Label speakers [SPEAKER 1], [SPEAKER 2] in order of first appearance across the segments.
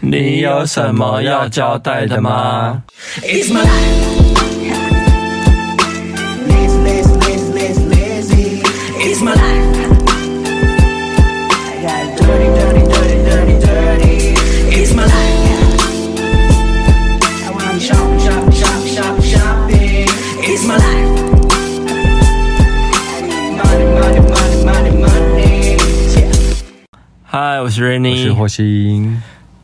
[SPEAKER 1] 你有什么要交代的吗？
[SPEAKER 2] It's my life. Lazy, lazy, lazy, lazy, lazy. It's my life. I got dirty, dirty, dirty, dirty, dirty. It's my life. I wanna shop, shop, shop, shop, shopping. It's my life. I need money, money, money, money, money. Yeah.
[SPEAKER 1] 嗨，我是
[SPEAKER 3] 我是
[SPEAKER 1] Rainy，
[SPEAKER 3] 霍心。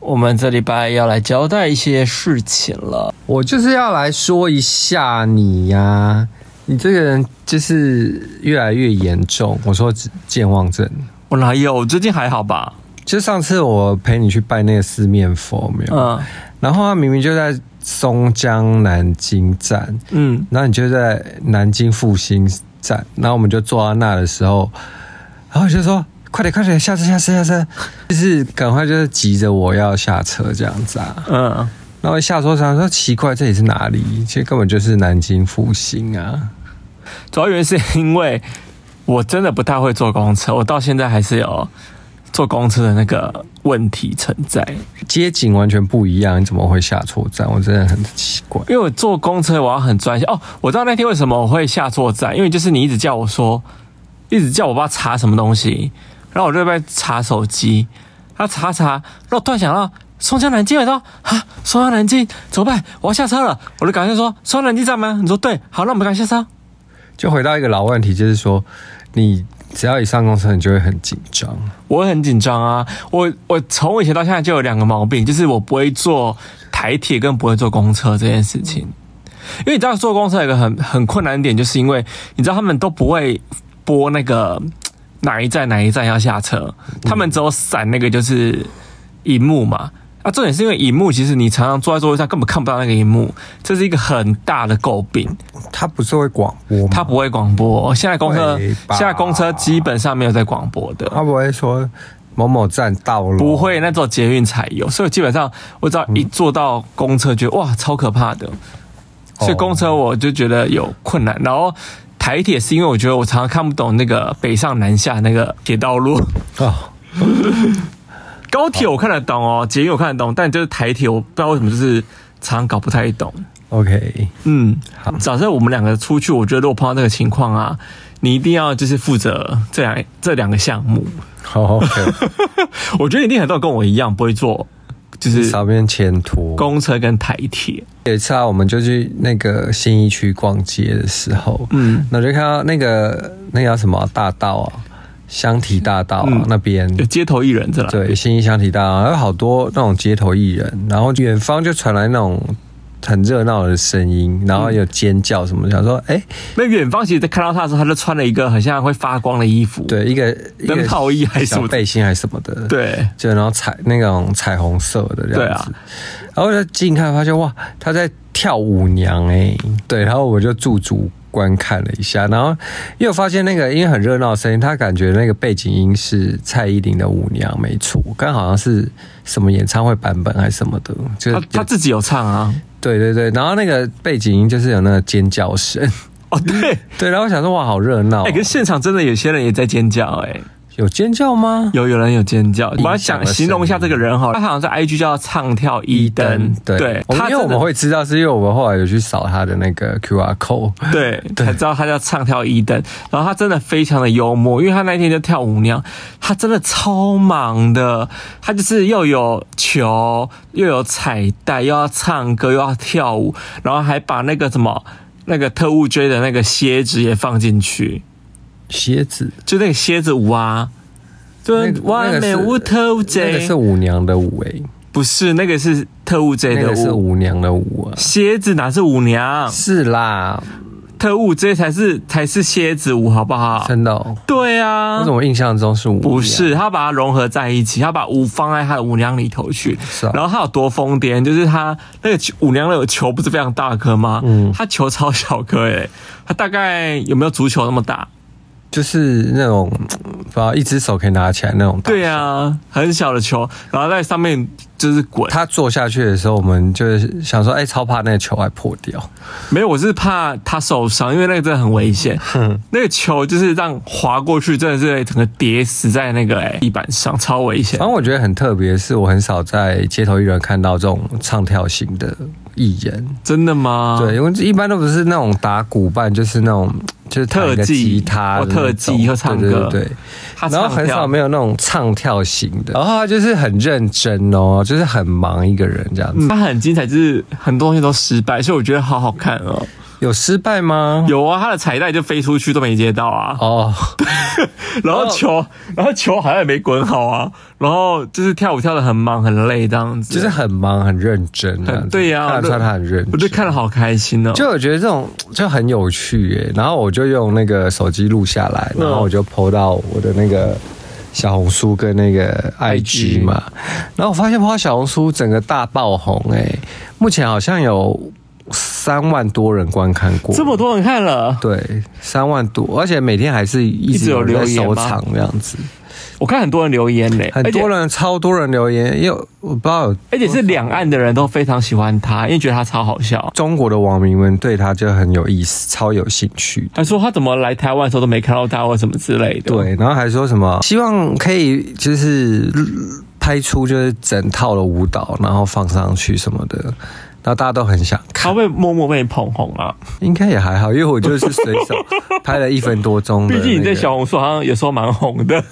[SPEAKER 1] 我们这礼拜要来交代一些事情了。
[SPEAKER 3] 我就是要来说一下你呀、你这个人就是越来越严重。我说健忘症，
[SPEAKER 1] 我哪有？我最近还好吧？
[SPEAKER 3] 就上次我陪你去拜那个四面佛，没有？
[SPEAKER 1] 嗯
[SPEAKER 3] 然后他明明就在松江南京站，
[SPEAKER 1] 嗯，
[SPEAKER 3] 然后你就在南京复兴站，然后我们就坐到那的时候，然后我就说快点快点下车下车下车，就是赶快就是急着我要下车这样子啊。
[SPEAKER 1] 嗯，
[SPEAKER 3] 然后一下车想说奇怪这里是哪里？其实根本就是南京复兴啊。
[SPEAKER 1] 主要原因是因为我真的不太会坐公车，我到现在还是有坐公车的那个问题存在。
[SPEAKER 3] 街景完全不一样，你怎么会下错站？我真的很奇怪。
[SPEAKER 1] 因为我坐公车，我要很专心。哦，我知道那天为什么我会下错站，因为就是你一直叫我说，一直叫我爸查什么东西，然后我就在那边查手机，他查查，然后突然想到松江南京，我说啊，松江南京怎么办？我要下车了，我就赶快说松江南京站吗？你说对，好，那我们赶快下车。
[SPEAKER 3] 就回到一个老问题，就是说你只要一上公车，你就会很紧张。
[SPEAKER 1] 我会很紧张啊，我我从我以前到现在就有两个毛病，就是我不会坐台铁跟不会坐公车这件事情。因为你知道坐公车有一个很很困难的点，就是因为你知道他们都不会播那个嘖哪一站哪一站要下车，
[SPEAKER 3] 嗯
[SPEAKER 1] 他们只有闪那个就是荧幕嘛。啊，重点是因为荧幕，其实你常常坐在座位上根本看不到那个荧幕，这是一个很大的诟病。
[SPEAKER 3] 他不是会广播吗？
[SPEAKER 1] 它不会广播，现在公车
[SPEAKER 3] 会吧
[SPEAKER 1] 现在公车基本上没有在广播的。
[SPEAKER 3] 他不会说某某站到了，
[SPEAKER 1] 不会，那只有捷运才有。所以基本上我只要一坐到公车，觉得哇超可怕的。所以公车我就觉得有困难，然后台铁是因为我觉得我常常看不懂那个北上南下那个铁道路，
[SPEAKER 3] 哦。
[SPEAKER 1] 高铁我看得懂哦，捷运我看得懂，但就是台铁我不知道为什么就是常常搞不太懂。
[SPEAKER 3] OK，
[SPEAKER 1] 嗯，假设我们两个出去，我觉得如果碰到这个情况啊，你一定要就是负责这两这两个项目。
[SPEAKER 3] 好，OK，
[SPEAKER 1] 我觉得一定很多人跟我一样不会做，就是
[SPEAKER 3] 少边前途。
[SPEAKER 1] 公车跟台铁。
[SPEAKER 3] 有一次啊，我们就去那个新一区逛街的时候，
[SPEAKER 1] 嗯，
[SPEAKER 3] 那我就看到那个那个叫什么大道啊，香堤大道啊、
[SPEAKER 1] 嗯
[SPEAKER 3] 那边。
[SPEAKER 1] 有街头艺人这啦，
[SPEAKER 3] 对，新一香堤大道有好多那种街头艺人，然后远方就传来那种很热闹的声音，
[SPEAKER 1] 嗯
[SPEAKER 3] 然后有尖叫什么，想说，哎、
[SPEAKER 1] 那远方其实在看到他的时候，他就穿了一个很像会发光的衣服，，
[SPEAKER 3] 对，一个一
[SPEAKER 1] 灯
[SPEAKER 3] 个
[SPEAKER 1] 泡衣还是什
[SPEAKER 3] 小
[SPEAKER 1] 么的，
[SPEAKER 3] 背心还是什么的，，
[SPEAKER 1] 对，
[SPEAKER 3] 就然后彩那种彩虹色的这
[SPEAKER 1] 对
[SPEAKER 3] 样
[SPEAKER 1] 啊
[SPEAKER 3] 子，然后就近看发现哇，他在跳舞娘哎、对，然后我就驻足观看了一下，然后又发现那个因为很热闹的声音，他感觉那个背景音是蔡依林的舞娘没错，刚好像是什么演唱会版本还是什么的，就
[SPEAKER 1] 他
[SPEAKER 3] 是
[SPEAKER 1] 他自己有唱啊，
[SPEAKER 3] 对对对，然后那个背景音就是有那个尖叫声，
[SPEAKER 1] 哦对，
[SPEAKER 3] 对，然后我想说哇好热闹哦、
[SPEAKER 1] 哎、可是现场真的有些人也在尖叫、哎，
[SPEAKER 3] 有尖叫吗？
[SPEAKER 1] 有有人有尖叫，我要
[SPEAKER 3] 影响
[SPEAKER 1] 想
[SPEAKER 3] 了
[SPEAKER 1] 形容一下这个人哈，他好像在 IG 叫唱跳一灯，
[SPEAKER 3] 嗯对，我们
[SPEAKER 1] 他
[SPEAKER 3] 因为我
[SPEAKER 1] 真的
[SPEAKER 3] 们会知道，是因为我们后来有去扫他的那个 QR code，
[SPEAKER 1] 对，才知道他叫唱跳一灯，然后他真的非常的幽默，因为他那天就跳舞娘，他真的超忙的，他就是又有球，又有彩带，又要唱歌，又要跳舞，然后还把那个什么那个特务追的那个蝎子也放进去，
[SPEAKER 3] 鞋子，
[SPEAKER 1] 就那个蝎子舞啊，就
[SPEAKER 3] 那
[SPEAKER 1] 是
[SPEAKER 3] 个
[SPEAKER 1] 完美舞啊特务
[SPEAKER 3] 那个
[SPEAKER 1] J，
[SPEAKER 3] 是舞娘的舞诶、
[SPEAKER 1] 不是那个是特务 J
[SPEAKER 3] 那
[SPEAKER 1] 的
[SPEAKER 3] 个是
[SPEAKER 1] 舞，
[SPEAKER 3] 舞娘的舞啊，
[SPEAKER 1] 蝎子哪是舞娘，
[SPEAKER 3] 是啦，
[SPEAKER 1] 特务 J 才是才是蝎子舞，好不好？
[SPEAKER 3] 真的、哦，
[SPEAKER 1] 对啊，
[SPEAKER 3] 我怎么印象中是舞娘？
[SPEAKER 1] 不是，他把它融合在一起，他把舞放在他的舞娘里头去。
[SPEAKER 3] 是啊
[SPEAKER 1] 然后他有多疯癫，就是他那个球舞娘的球不是非常大颗吗？
[SPEAKER 3] 嗯
[SPEAKER 1] 他球超小颗诶、他大概有没有足球那么大？
[SPEAKER 3] 就是那种嗯不知道一只手可以拿起来那种大。
[SPEAKER 1] 对呀、啊，很小的球，然后在上面就是滚。
[SPEAKER 3] 他坐下去的时候，我们就是想说，哎、超怕那个球还破掉。
[SPEAKER 1] 没有，我是怕他受伤，因为那个真的很危险。那个球就是让滑过去，真的是整个跌死在那个、欸、地板上，超危险
[SPEAKER 3] 反。正我觉得很特别，是我很少在街头艺人看到这种唱跳型的艺人。
[SPEAKER 1] 真的吗？
[SPEAKER 3] 对，，因为一般都不是那种打鼓棒，就是那种就是弹一个
[SPEAKER 1] 特技
[SPEAKER 3] 吉他的
[SPEAKER 1] 或
[SPEAKER 3] 那种、
[SPEAKER 1] 特技或唱歌
[SPEAKER 3] 对对对
[SPEAKER 1] 他
[SPEAKER 3] 然后
[SPEAKER 1] 唱
[SPEAKER 3] 很
[SPEAKER 1] 跳
[SPEAKER 3] 少没有那种唱跳型的，然哦后他就是很认真哦，就是很忙一个人这样子。
[SPEAKER 1] 他很精彩，就是很多东西都失败，所以我觉得好好看哦。
[SPEAKER 3] 有失败吗？
[SPEAKER 1] 有啊，他的彩带就飞出去都没接到啊，
[SPEAKER 3] 哦，
[SPEAKER 1] 然后球，然后球好像也没滚好啊，然后就是跳舞跳的很忙很累这样子，
[SPEAKER 3] 就是很忙很认真这样子，
[SPEAKER 1] 很对呀、
[SPEAKER 3] 看得出来他很认真。
[SPEAKER 1] 我就看了好开心哦。
[SPEAKER 3] 就我觉得这种就很有趣耶，然后我就用那个手机录下来，
[SPEAKER 1] 嗯
[SPEAKER 3] 然后我就 PO 到我的那个小红书跟那个 IG 嘛，然后我发现 PO 到小红书整个大爆红哎，目前好像有三万多人观看过，
[SPEAKER 1] 这么多人看了，
[SPEAKER 3] 对，三万多，而且每天还是一
[SPEAKER 1] 一直
[SPEAKER 3] 直
[SPEAKER 1] 有
[SPEAKER 3] 有人在
[SPEAKER 1] 留言
[SPEAKER 3] 收
[SPEAKER 1] 吗
[SPEAKER 3] 藏这样子，
[SPEAKER 1] 我看很多人留言嘞、
[SPEAKER 3] 很多人超多人留言，也有我不知道有
[SPEAKER 1] 而且，而且是两岸的人都非常喜欢他，因为觉得他超好笑。
[SPEAKER 3] 中国的网民们对他就很有意思，超有兴趣。
[SPEAKER 1] 还说他怎么来台湾的时候都没看到他或什么之类的。，
[SPEAKER 3] 对，然后还说什么希望可以就是嗯拍出就是整套的舞蹈，然后放上去什么的，然后大家都很想
[SPEAKER 1] 他
[SPEAKER 3] 看，
[SPEAKER 1] 会默默被你捧红啊。
[SPEAKER 3] 应该也还好，因为我就是随手拍了一分多钟 的、
[SPEAKER 1] 毕
[SPEAKER 3] 那个，
[SPEAKER 1] 竟你在小红书好像有时候蛮红的。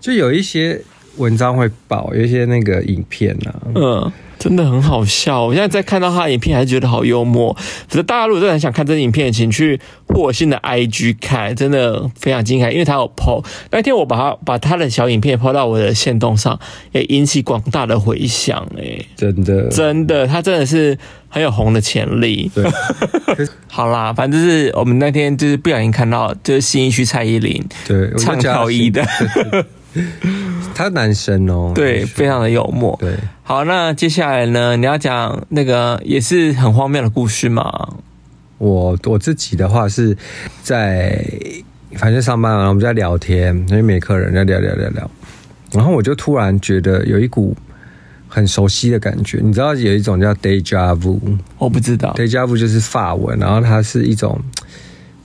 [SPEAKER 3] 就有一些文章会爆，有一些那个影片啊，
[SPEAKER 1] 嗯，真的很好笑。我现在在看到他的影片，还是觉得好幽默。可是大家如果真的很想看这支影片，请去霍信的 IG 看，真的非常精彩，因为他有 PO。那天我把他把他的小影片 PO 到我的线动上，也引起广大的回响、欸。
[SPEAKER 3] 真的。
[SPEAKER 1] 真的，他真的是很有红的潜力。
[SPEAKER 3] 对，
[SPEAKER 1] 好啦，反正就是我们那天就是不小心看到，就是新一区蔡依林
[SPEAKER 3] 对，我就
[SPEAKER 1] 唱
[SPEAKER 3] 叫他
[SPEAKER 1] 跳一的，
[SPEAKER 3] 他男生哦，
[SPEAKER 1] 对，非常的幽默。
[SPEAKER 3] 对。
[SPEAKER 1] 好，那接下来呢？你要讲那个也是很荒谬的故事嘛？
[SPEAKER 3] 我我自己的话是在反正上班嘛，啊然后我们就在聊天，因为没客人，在聊聊聊聊，然后我就突然觉得有一股很熟悉的感觉，你知道有一种叫 deja vu，deja
[SPEAKER 1] 我不知道。
[SPEAKER 3] vu 就是法文，然后它是一种。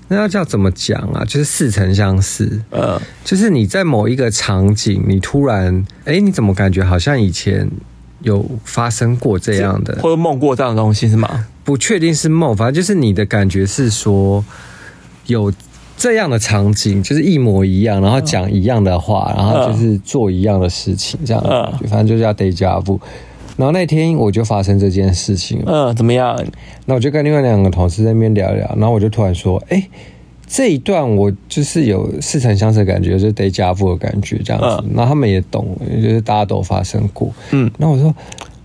[SPEAKER 3] 那要叫怎么讲啊？就是似曾相识，
[SPEAKER 1] 呃，
[SPEAKER 3] 就是你在某一个场景，你突然，哎、你怎么感觉好像以前有发生过这样的？
[SPEAKER 1] 或者梦过这样的东西是吗？
[SPEAKER 3] 不确定是梦，反正就是你的感觉是说有这样的场景，就是一模一样，然后讲一样的话，然后就是做一样的事情，这样的感觉，反正就叫 deja vu。然后那天我就发生这件事情了，
[SPEAKER 1] 嗯、怎么样？
[SPEAKER 3] 那我就跟另外两个同事在那边聊一聊，然后我就突然说，哎、这一段我就是有似曾相识的感觉，就是 deja vu 的感觉这样子
[SPEAKER 1] 嗯，
[SPEAKER 3] 然后他们也懂，就是大家都有发生过，
[SPEAKER 1] 嗯，
[SPEAKER 3] 然后我说，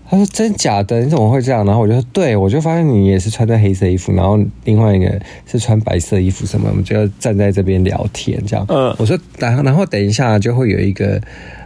[SPEAKER 3] 他说真假的，你怎么会这样？然后我就说，对，我就发现你也是穿着黑色衣服，然后另外一个是穿白色衣服什么，我们就要站在这边聊天这样。
[SPEAKER 1] 嗯
[SPEAKER 3] 我说，然后然后等一下就会有一个。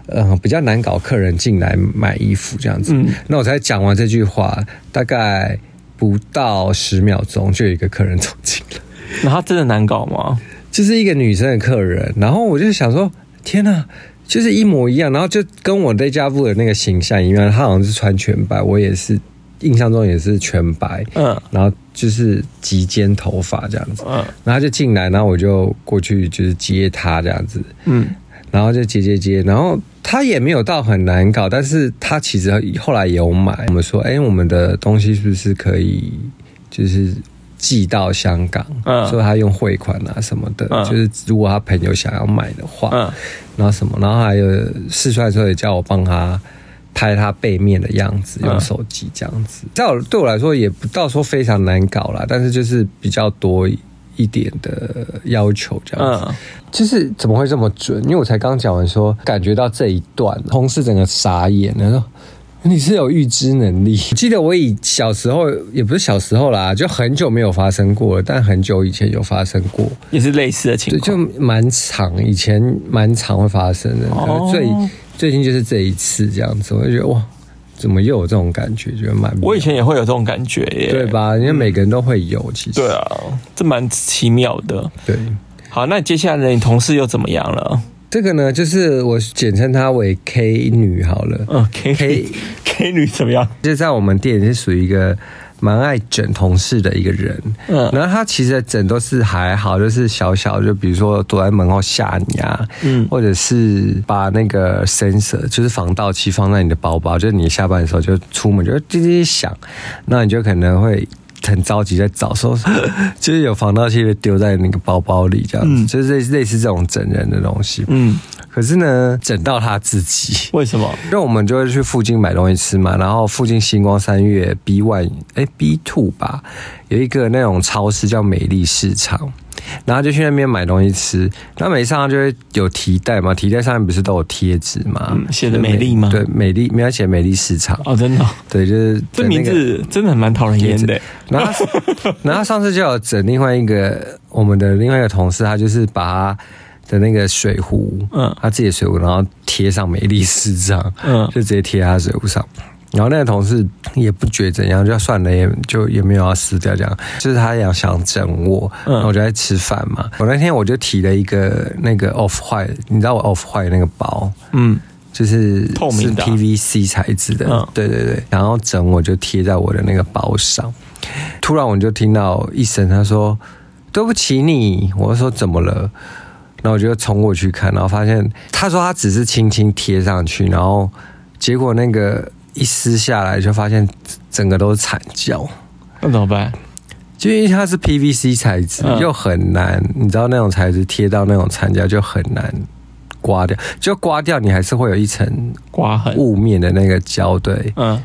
[SPEAKER 3] 呃，比较难搞客人进来买衣服这样子，
[SPEAKER 1] 嗯
[SPEAKER 3] 那我才讲完这句话，大概不到十秒钟，就有一个客人走进来。
[SPEAKER 1] 然后真的难搞吗？
[SPEAKER 3] 就是一个女生的客人，然后我就想说，天呐，就是一模一样，然后就跟我对家布的那个形象一样，她好像是穿全白，我也是印象中也是全白，
[SPEAKER 1] 嗯
[SPEAKER 3] 然后就是及肩头发这样子，
[SPEAKER 1] 嗯
[SPEAKER 3] 然后她就进来，然后我就过去就是接她这样子，
[SPEAKER 1] 嗯，
[SPEAKER 3] 然后就接接接，然后他也没有到很难搞，但是他其实后来有买。我们说，哎，我们的东西是不是可以就是寄到香港？
[SPEAKER 1] 嗯
[SPEAKER 3] 所以他用汇款啊什么的，
[SPEAKER 1] 嗯
[SPEAKER 3] 就是如果他朋友想要买的话，
[SPEAKER 1] 嗯
[SPEAKER 3] 然后什么，然后还有试穿的时候也叫我帮他。拍他背面的样子，
[SPEAKER 1] 嗯
[SPEAKER 3] 用手机这样子，在我对我来说也不到说非常难搞啦，但是就是比较多一点的要求这样子。
[SPEAKER 1] 嗯，
[SPEAKER 3] 就是怎么会这么准？因为我才刚讲完说，感觉到这一段，同事整个傻眼了，说你是有预知能力。 记得我以小时候，也不是小时候啦，就很久没有发生过了，但很久以前有发生过，
[SPEAKER 1] 也是类似的情
[SPEAKER 3] 对，就
[SPEAKER 1] 况。
[SPEAKER 3] 蛮长，以前蛮常会发生的，然后最
[SPEAKER 1] 哦
[SPEAKER 3] 最近就是这一次这样子，我就觉得哇，怎么又有这种感觉，觉得蛮妙
[SPEAKER 1] 我以前也会有这种感觉耶。
[SPEAKER 3] 对？吧？因为每个人都会有，其实
[SPEAKER 1] 对啊，这蛮奇妙的。
[SPEAKER 3] 对。
[SPEAKER 1] 好，那接下来你同事又怎么样了？
[SPEAKER 3] 这个呢，就是我简称她为 K 女好了。
[SPEAKER 1] 嗯，K
[SPEAKER 3] 哦 K-
[SPEAKER 1] K K 女怎么样？
[SPEAKER 3] 就在我们店里是属于一个蛮爱整同事的一个人，嗯
[SPEAKER 1] 嗯，
[SPEAKER 3] 然后他其实整都是还好，就是小小，就比如说躲在门后吓你啊，嗯，或者是把那个 sensor 就是防盗器放在你的包包，就是你下班的时候就出门就哎滴滴滴响，那你就可能会。很着急在找，说 就是有防盗器就丢在那个包包里这样子，就是类似类似这种整人的东西。嗯
[SPEAKER 1] 嗯，
[SPEAKER 3] 可是呢，整到他自己，
[SPEAKER 1] 为什么？
[SPEAKER 3] 那我们就会去附近买东西吃嘛，然后附近星光三月 B One 哎 B Two 吧，有一个那种超市叫美丽市场，然后就去那边买东西吃。那每上就会有提袋嘛，提袋上面不是都有贴纸嘛，
[SPEAKER 1] 嗯写的美丽吗
[SPEAKER 3] 对，美丽没有写美丽市场，
[SPEAKER 1] 哦，真的哦、
[SPEAKER 3] 对，就是
[SPEAKER 1] 这名
[SPEAKER 3] 那个
[SPEAKER 1] 字真的蛮讨人厌的。
[SPEAKER 3] 然后 他，然后他上次就有整另外一个我们的另外一个同事，他就是把他的那个水壶，嗯
[SPEAKER 1] 嗯，
[SPEAKER 3] 他自己的水壶，然后贴上美丽市长，嗯
[SPEAKER 1] 嗯，
[SPEAKER 3] 就直接贴他水壶上。然后那个同事也不觉得怎样，就算了，也就也没有要撕掉这样。就是他想想整我，
[SPEAKER 1] 嗯
[SPEAKER 3] 然后我就在吃饭嘛。我那天我就提了一个那个 off white，你知道我 off white 那个包，
[SPEAKER 1] 嗯，
[SPEAKER 3] 就是
[SPEAKER 1] 透明的啊
[SPEAKER 3] 是 PVC 材质的，
[SPEAKER 1] 嗯
[SPEAKER 3] 对对对。然后整我就贴在我的那个包上，突然我就听到一声，他说：“对不起你。”我就说：“怎么了？”然后我就冲过去看，然后发现他说他只是轻轻贴上去，然后结果那个一撕下来，就发现整个都是惨叫。
[SPEAKER 1] 那怎么办？
[SPEAKER 3] 就因为它是 PVC 材质，
[SPEAKER 1] 嗯
[SPEAKER 3] 又很难，你知道那种材质贴到那种残胶就很难刮掉，就刮掉你还是会有一层
[SPEAKER 1] 刮痕。
[SPEAKER 3] 雾面的那个胶，对。
[SPEAKER 1] 嗯，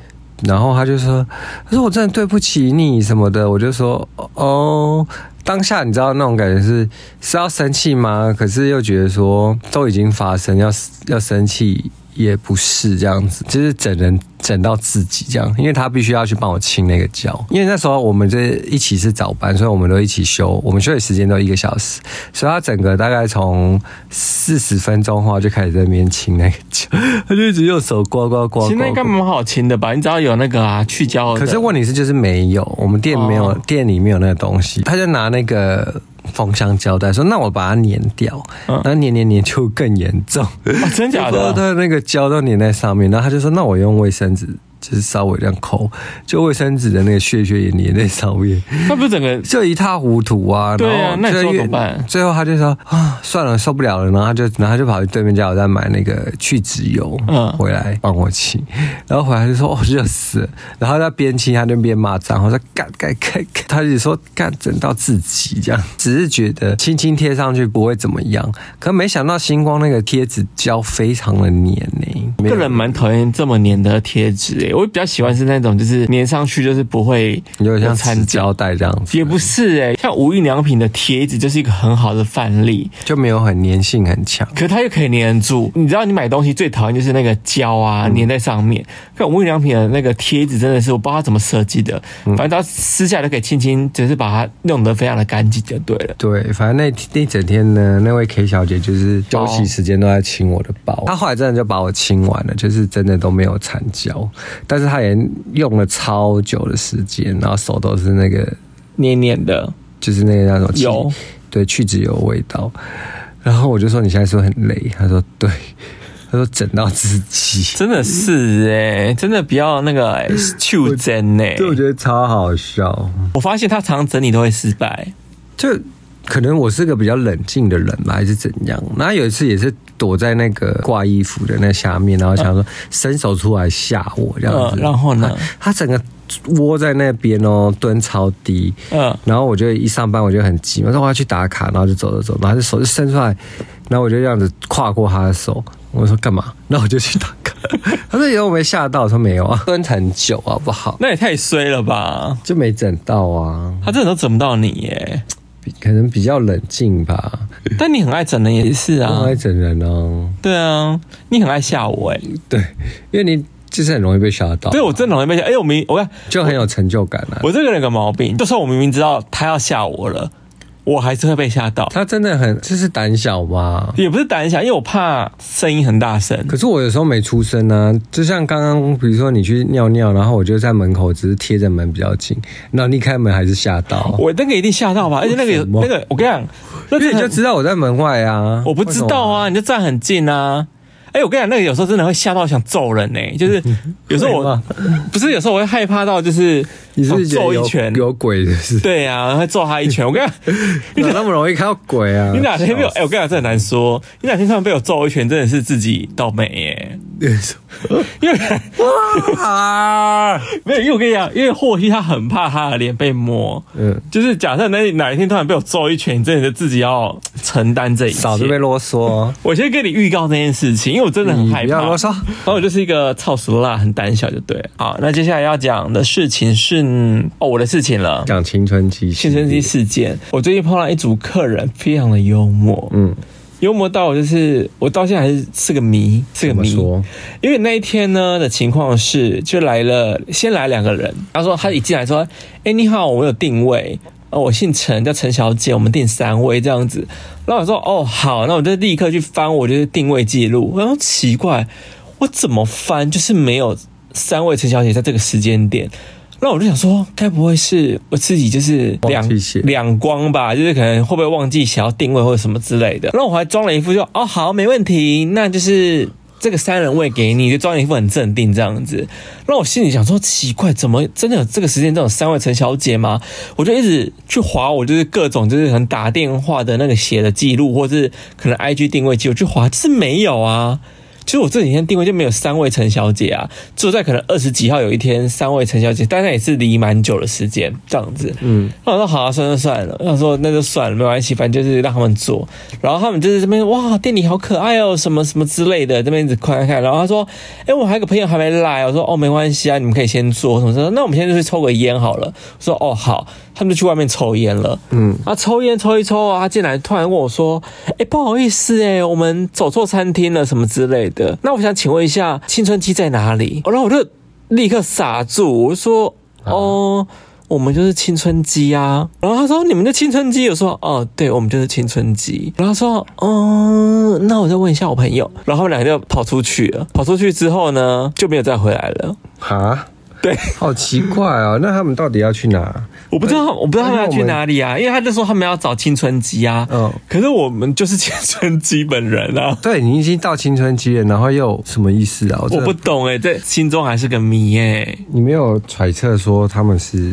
[SPEAKER 3] 然后他就说：“他说我真的对不起你什么的。”我就说：“哦。”当下你知道那种感觉是是要生气吗？可是又觉得说都已经发生，要要生气也不是这样子，就是整人整到自己这样，因为他必须要去帮我清那个胶，因为那时候我们这一起是早班，所以我们都一起休，我们休息时间都一个小时，所以他整个大概从四十分钟后就开始在那边清那个胶， 他就一直用手刮刮刮刮刮。
[SPEAKER 1] 其实那应该蛮好清的吧？你只要有那个啊去胶的。
[SPEAKER 3] 可是问题是就是没有，我们店没有、
[SPEAKER 1] 哦
[SPEAKER 3] 店里没有那个东西，他就拿那个封箱胶带说：“那我把它粘掉。然后粘粘粘就更严重，
[SPEAKER 1] 哦真嗯 假的
[SPEAKER 3] 他那个胶都粘在上面，然后他就说：“那我用卫生纸。”就是稍微这样抠，就卫生纸的那个屑屑也粘在上面，
[SPEAKER 1] 那不是整个
[SPEAKER 3] 就一塌糊涂啊！
[SPEAKER 1] 对啊
[SPEAKER 3] 然后
[SPEAKER 1] 那你
[SPEAKER 3] 就
[SPEAKER 1] 说
[SPEAKER 3] 越
[SPEAKER 1] 怎么办
[SPEAKER 3] 最后他就说啊，算了，受不了了，然后他就然后他就跑去对面家我在买那个去脂油，
[SPEAKER 1] 嗯
[SPEAKER 3] 回来帮我清，然后回来就说哦热死了，然后他边清他就边骂脏话，说干干干干，他就说干整到自己这样，只是觉得轻轻贴上去不会怎么样，可没想到星光那个贴纸胶非常的黏呢、没有
[SPEAKER 1] 个人蛮讨厌这么粘的贴纸诶，我比较喜欢是那种就是粘上去就是不会
[SPEAKER 3] 有点像
[SPEAKER 1] 残
[SPEAKER 3] 纸胶带这样子，
[SPEAKER 1] 也不是诶，像无印良品的贴纸就是一个很好的范例，
[SPEAKER 3] 就没有很粘性很强。
[SPEAKER 1] 可它又可以粘得住。你知道你买东西最讨厌就是那个胶啊粘在上面，可无印良品的那个贴纸真的是我不知道它怎么设计的，反正它撕下来就可以轻轻，只是把它弄得非常的干净就对了。
[SPEAKER 3] 对，反正那那一整天呢，那位 K 小姐就是休
[SPEAKER 1] 包
[SPEAKER 3] 息时间都在亲我的包，她后来真的就把我亲完了，就是真的都没有残胶，但是她也用了超久的时间，然后手都是那个
[SPEAKER 1] 黏黏的，
[SPEAKER 3] 就是那个那种气
[SPEAKER 1] 油，
[SPEAKER 3] 对，去脂油味道。然后我就说你现在是不是很累？她说对，她说整到自己，
[SPEAKER 1] 真的是诶，真的不要那 个诶袖珍诶。
[SPEAKER 3] 嗯对，我觉得超好笑。
[SPEAKER 1] 我发现他常常整理都会失败。
[SPEAKER 3] 就可能我是个比较冷静的人吧，还是怎样？然后有一次也是躲在那个挂衣服的那下面，然后想说伸手出来吓我这样子。
[SPEAKER 1] 嗯然后呢
[SPEAKER 3] 他？他整个窝在那边哦，蹲超低。
[SPEAKER 1] 嗯
[SPEAKER 3] 然后我就一上班我就很急嘛，我说我要去打卡，然后就走走走，然后他就手就伸出来，然后我就这样子跨过他的手，我说干嘛？那我就去打 卡。他说有没吓到？我说没有啊，蹲很久好不好？
[SPEAKER 1] 那也太衰了吧！
[SPEAKER 3] 就没整到啊，
[SPEAKER 1] 他真的都整不到你耶，
[SPEAKER 3] 比可能比较冷静吧。
[SPEAKER 1] 但你很爱整人也是啊
[SPEAKER 3] 我，爱整人哦，
[SPEAKER 1] 对啊，你很爱吓我哎，
[SPEAKER 3] 对，因为你就是很容易被吓到，
[SPEAKER 1] 对我真的容易被吓。哎、我明我看
[SPEAKER 3] 就很有成就感啊。
[SPEAKER 1] 我这个人有个毛病，就算我明明知道他要吓我了，我还是会被吓到。
[SPEAKER 3] 他真的很，这是胆小吧？
[SPEAKER 1] 也不是胆小，因为我怕声音很大声。
[SPEAKER 3] 可是我有时候没出声啊，就像刚刚，比如说你去尿尿，然后我就在门口，只是贴着门比较近，然后你一开门还是吓到。
[SPEAKER 1] 我那个一定吓到吧，而且那个有
[SPEAKER 3] 为什么
[SPEAKER 1] 那个，我跟你讲，那
[SPEAKER 3] 因为
[SPEAKER 1] 这
[SPEAKER 3] 你就知道我在门外啊。
[SPEAKER 1] 我不知道
[SPEAKER 3] 为
[SPEAKER 1] 啊，你就站很近啊。哎、我跟你讲，那个有时候真的会吓到想揍人呢、 就是有时候
[SPEAKER 3] 会
[SPEAKER 1] 我
[SPEAKER 3] 吗
[SPEAKER 1] 不是有时候我会害怕到就是哦
[SPEAKER 3] 什么。你是
[SPEAKER 1] 揍
[SPEAKER 3] 觉得
[SPEAKER 1] 一
[SPEAKER 3] 有
[SPEAKER 1] 拳，
[SPEAKER 3] 有鬼是不是？
[SPEAKER 1] 对啊，然后揍他一拳。 我跟你讲，
[SPEAKER 3] 你怎么那么容易看到鬼啊？
[SPEAKER 1] 你哪天被我
[SPEAKER 3] 有？
[SPEAKER 1] 哎、我跟你讲，这很难说。你哪天突然被我揍一拳，真的是自己倒霉耶、因为 哎
[SPEAKER 3] 啊？
[SPEAKER 1] 没有，因为我跟你讲，因为霍希他很怕他的脸被摸。
[SPEAKER 3] 嗯，
[SPEAKER 1] 就是假设那哪一天突然被我揍一拳，你真的是自己要承担这一切。
[SPEAKER 3] 少这边啰嗦，哦
[SPEAKER 1] 我先跟你预告这件事情，因为我真的很
[SPEAKER 3] 你
[SPEAKER 1] 害
[SPEAKER 3] 不
[SPEAKER 1] 怕。
[SPEAKER 3] 要啰嗦。
[SPEAKER 1] 然后我哦就是一个操死辣，很胆小，就对了。好，那接下来要讲的事情是嗯哦我的事情了，
[SPEAKER 3] 讲青春期，
[SPEAKER 1] 青春期事件。我最近碰到一组客人，非常的幽默，
[SPEAKER 3] 嗯，
[SPEAKER 1] 幽默到我就是我到现在还是是个谜，是个
[SPEAKER 3] 怎么
[SPEAKER 1] 谜。
[SPEAKER 3] 说？
[SPEAKER 1] 因为那一天呢的情况是，就来了，先来两个人，他说他一进来说，哎、你好，我有定位，哦，我姓陈，叫陈小姐，我们定三位这样子。然后我说哦好，那我就立刻去翻我就是定位记录，然后奇怪，我怎么翻就是没有三位陈小姐在这个时间点。那我就想说，该不会是我自己就是两
[SPEAKER 3] 忘记写
[SPEAKER 1] 两光吧，就是可能会不会忘记想要定位或者什么之类的。然后我还装了一副就哦好没问题，那就是这个三人位给你，就装了一副很镇定这样子。那我心里想说奇怪，怎么真的有这个时间这种三位陈小姐吗？我就一直去划我就是各种就是很打电话的那个写的记录，或是可能 IG 定位记录去划，就是没有啊。就是我这几天定位就没有三位陈小姐啊，只有在可能二十几号有一天三位陈小姐，但那也是离蛮久的时间这样子。嗯，那我说好啊，算了算了，我想说那就算了，没关系，反正就是让他们做。然后他们就是这边哇，店里好可爱哦，什么什么之类的，这边一直看看看。然后他说，哎、我还有个朋友还没来，我说哦没关系啊，你们可以先做什么什么。那我们现在就去抽个烟好了。我说哦好，他们就去外面抽烟了。嗯，啊抽烟抽一抽啊，他进来突然问我说，哎、不好意思哎、我们走错餐厅了什么之类的。那我想请问一下，青春期在哪里？然后我就立刻傻住，我就说哦。我们就是青春期啊。然后他说你们就青春期，我说哦，对，我们就是青春期。然后他说嗯，那我再问一下我朋友。然后他们两个就跑出去了。跑出去之后呢，就没有再回来了。
[SPEAKER 3] 啊，
[SPEAKER 1] 对，
[SPEAKER 3] 好奇怪 哦，那他们到底要去哪？
[SPEAKER 1] 我不知道，我不知道他们要
[SPEAKER 3] 而且我
[SPEAKER 1] 去
[SPEAKER 3] 们
[SPEAKER 1] 哪里啊，因为他就说他们要找青春期啊。
[SPEAKER 3] 嗯
[SPEAKER 1] 可是我们就是青春期本人啊。
[SPEAKER 3] 对你已经到青春期了，然后又什么意思啊？我真
[SPEAKER 1] 我
[SPEAKER 3] 的
[SPEAKER 1] 不懂哎、在心中还是个谜哎、
[SPEAKER 3] 你没有揣测说他们是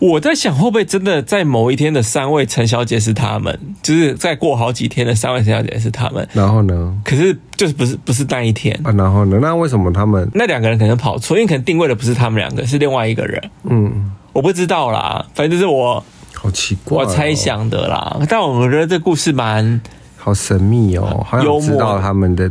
[SPEAKER 1] 我在想，会不会真的在某一天的三位陈小姐是他们，就是再过好几天的三位陈小姐是他们，
[SPEAKER 3] 然后呢？
[SPEAKER 1] 可是就是不是不是那一天，
[SPEAKER 3] 啊，然后呢？那为什么他们
[SPEAKER 1] 那两个人可能跑错，因为可能定位的不是他们两个，是另外一个人，
[SPEAKER 3] 嗯，
[SPEAKER 1] 我不知道啦，反正就是我
[SPEAKER 3] 好奇怪、
[SPEAKER 1] 我
[SPEAKER 3] 哦
[SPEAKER 1] 猜，想的啦。但我觉得这故事蛮
[SPEAKER 3] 好神秘哦，好
[SPEAKER 1] 幽
[SPEAKER 3] 想
[SPEAKER 1] 默
[SPEAKER 3] 知道他们的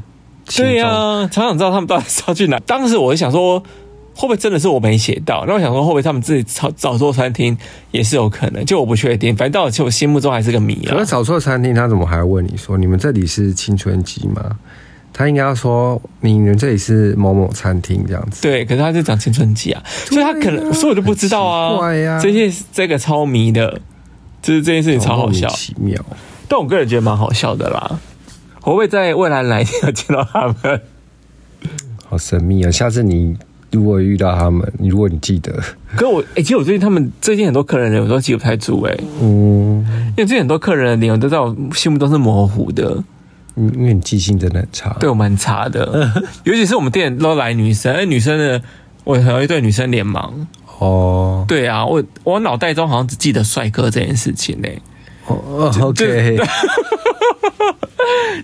[SPEAKER 3] 行
[SPEAKER 1] 对呀、啊
[SPEAKER 3] 踪
[SPEAKER 1] 常常知道他们到底是要去哪。 当时我就想说，会不会真的是我没写到？那我想说，会不会他们自己找找错餐厅也是有可能？就我不确定，反正到我心目中还是个谜啊
[SPEAKER 3] 可是。找错餐厅，他怎么还问你说你们这里是青春期吗？他应该要说你们这里是某某餐厅这样子。
[SPEAKER 1] 对，可是他就讲青春期啊，所以他可能，所以我就不知道
[SPEAKER 3] 很奇
[SPEAKER 1] 啊。
[SPEAKER 3] 怪呀
[SPEAKER 1] 这些这个超迷的，就是这件事情超好笑
[SPEAKER 3] 莫名，其妙。
[SPEAKER 1] 但我个人觉得蛮好笑的啦。我会不会在未来哪一天有见到 他们？
[SPEAKER 3] 好神秘啊！下次你如果遇到他们，你如果你记得，
[SPEAKER 1] 可我哎、其实我最近他们最近很多客人我都记不太住哎、
[SPEAKER 3] 嗯，
[SPEAKER 1] 因为最近很多客人的脸我都在我心目中是模糊的。
[SPEAKER 3] 因因为你记性真的很差。
[SPEAKER 1] 对，我蛮差的，尤其是我们店都来女生，哎而女生的我很容易对女生脸盲。
[SPEAKER 3] 哦
[SPEAKER 1] 对啊，我我脑袋中好像只记得帅哥这件事情欸呢、
[SPEAKER 3] 哦，OK，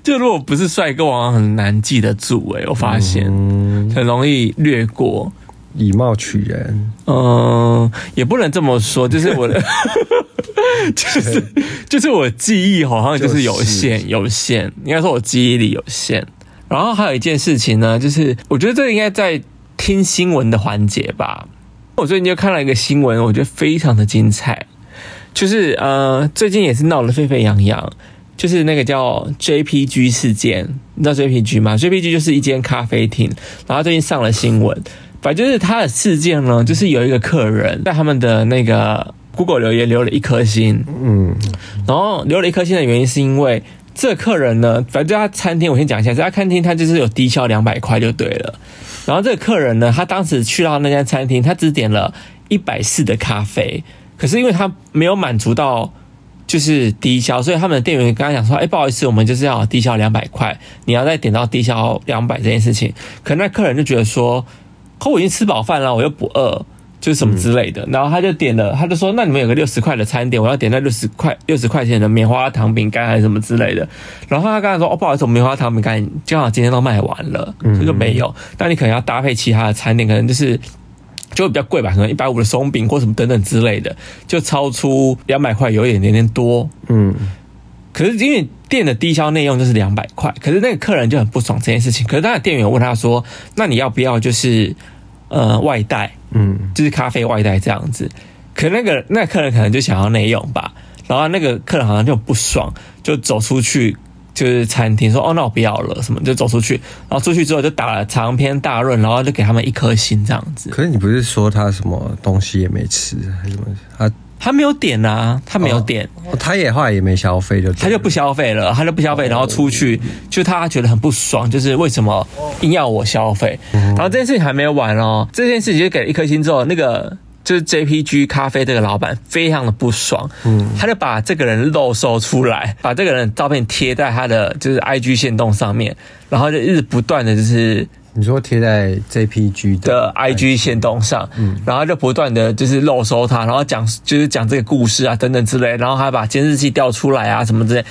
[SPEAKER 1] 就如果不是帅哥，我好像很难记得住欸诶、我发现、
[SPEAKER 3] 嗯，
[SPEAKER 1] 很容易略过。
[SPEAKER 3] 以貌取人，
[SPEAKER 1] 嗯，也不能这么说，就是我 的，就是就是我记忆好像就是有限、有限，应该说我记忆力有限。然后还有一件事情呢，就是我觉得这应该在听新闻的环节吧。我最近就看了一个新闻，我觉得非常的精彩，就是呃，最近也是闹得沸沸扬扬，就是那个叫 JPG 事件，你知道 JPG 吗？JPG 就是一间咖啡厅，然后最近上了新闻，反正就是他的事件呢，就是有一个客人在他们的那个 Google 留言留了一颗星，
[SPEAKER 3] 嗯，
[SPEAKER 1] 然后留了一颗星的原因是因为这个客人呢，反正就他餐厅我先讲一下，这家餐厅他就是有低消两百块就对了。然后这个客人呢，他当时去到那家餐厅，他只点了一百四的咖啡，可是因为他没有满足到就是低消，所以他们的店员跟他讲说：“哎、不好意思，我们就是要低消两百块，你要再点到低消两百这件事情。”可那客人就觉得说：“可我已经吃饱饭了，我又不饿，就是什么之类的。然后他就点了，他就说：“那你们有个六十块的餐点，我要点那六十块六十块钱的棉花糖饼干还是什么之类的。”然后他刚才说：“哦，不好意思，我们棉花糖饼干刚好今天都卖完了，所以就没有。但你可能要搭配其他的餐点，可能就是就会比较贵吧，可能一百五的松饼或什么等等之类的，就超出两百块有一点点点多。
[SPEAKER 3] 嗯，
[SPEAKER 1] 可是因为店的低消内用就是两百块，可是那个客人就很不爽这件事情。可是他的店员有问他说：“那你要不要就是呃外带？”
[SPEAKER 3] 嗯，
[SPEAKER 1] 就是咖啡外带这样子。可那个那客人可能就想要内用吧，然后那个客人好像就不爽，就走出去就是餐厅说哦那我不要了什么，就走出去，然后出去之后就打了长篇大论，然后就给他们一颗星这样子。
[SPEAKER 3] 可是你不是说他什么东西也没吃，还是什么？他
[SPEAKER 1] 他没有点啊，他没有点，
[SPEAKER 3] 哦他也后来也没消费就对了，
[SPEAKER 1] 他就不消费了，他就不消费，然后出去，就他觉得很不爽，就是为什么硬要我消费？然后这件事情还没有完哦，这件事情就给了一颗星之后，那个就是 JPG 咖啡这个老板非常的不爽，他就把这个人露收出来，把这个人的照片贴在他的就是 IG 线动上面，然后就一直不断的就是
[SPEAKER 3] 你说贴在 JPG
[SPEAKER 1] 的
[SPEAKER 3] 的
[SPEAKER 1] IG 线动上，然后就不断的就是漏收他，然后讲就是讲这个故事啊等等之类，然后还把监视器调出来啊什么之类，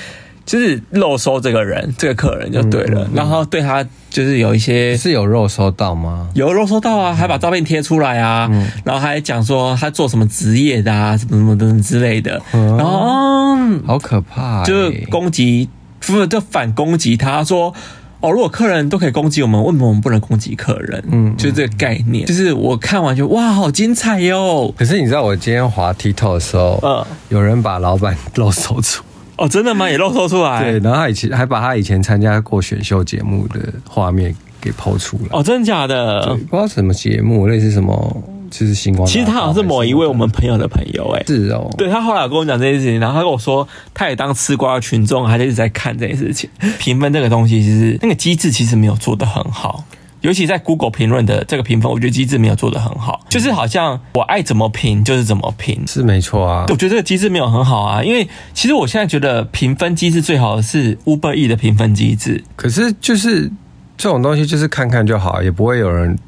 [SPEAKER 1] 就是漏收这个人这个客人就对了，然后对他就是有一些
[SPEAKER 3] 是有肉收到吗？
[SPEAKER 1] 有肉收到啊，还把照片贴出来啊，然后还讲说他做什么职业的啊，什么什么等等之类的，然后、嗯
[SPEAKER 3] 好可怕、欸！
[SPEAKER 1] 就是攻击，不就反攻击他说。哦，如果客人都可以攻击我们，为什么我们不能攻击客人？嗯，就是这个概念。就是我看完就哇，好精彩哟、
[SPEAKER 3] 可是你知道我今天滑 TikTok 的时候，
[SPEAKER 1] 嗯
[SPEAKER 3] 有人把老板 露手出，
[SPEAKER 1] 哦，真的吗？也露出出来？
[SPEAKER 3] 对，，然后他以前还把他以前参加过选秀节目的画面给抛出来，
[SPEAKER 1] 哦，真的假
[SPEAKER 3] 对
[SPEAKER 1] 的？
[SPEAKER 3] 不知道什么节目，类似什么，就是星光大道。
[SPEAKER 1] 其实他好像是某一位我们朋友的朋友、哎，
[SPEAKER 3] 是哦，
[SPEAKER 1] 对他后来有跟我讲这件事情，然后他跟我说，他也当吃瓜的群众，他就一直在看这件事情。评分这个东西，其实那个机制其实没有做得很好，尤其在 Google 评论的这个评分，我觉得机制没有做得很好，就是好像我爱怎么评就是怎么评。
[SPEAKER 3] 是没错啊
[SPEAKER 1] 我。觉得这个机制没有很好啊，因为其实我现在觉得评分机制最好的是 Uber E 的评分机制，
[SPEAKER 3] 可是就是这种东西，就是看看就好，也不会有人。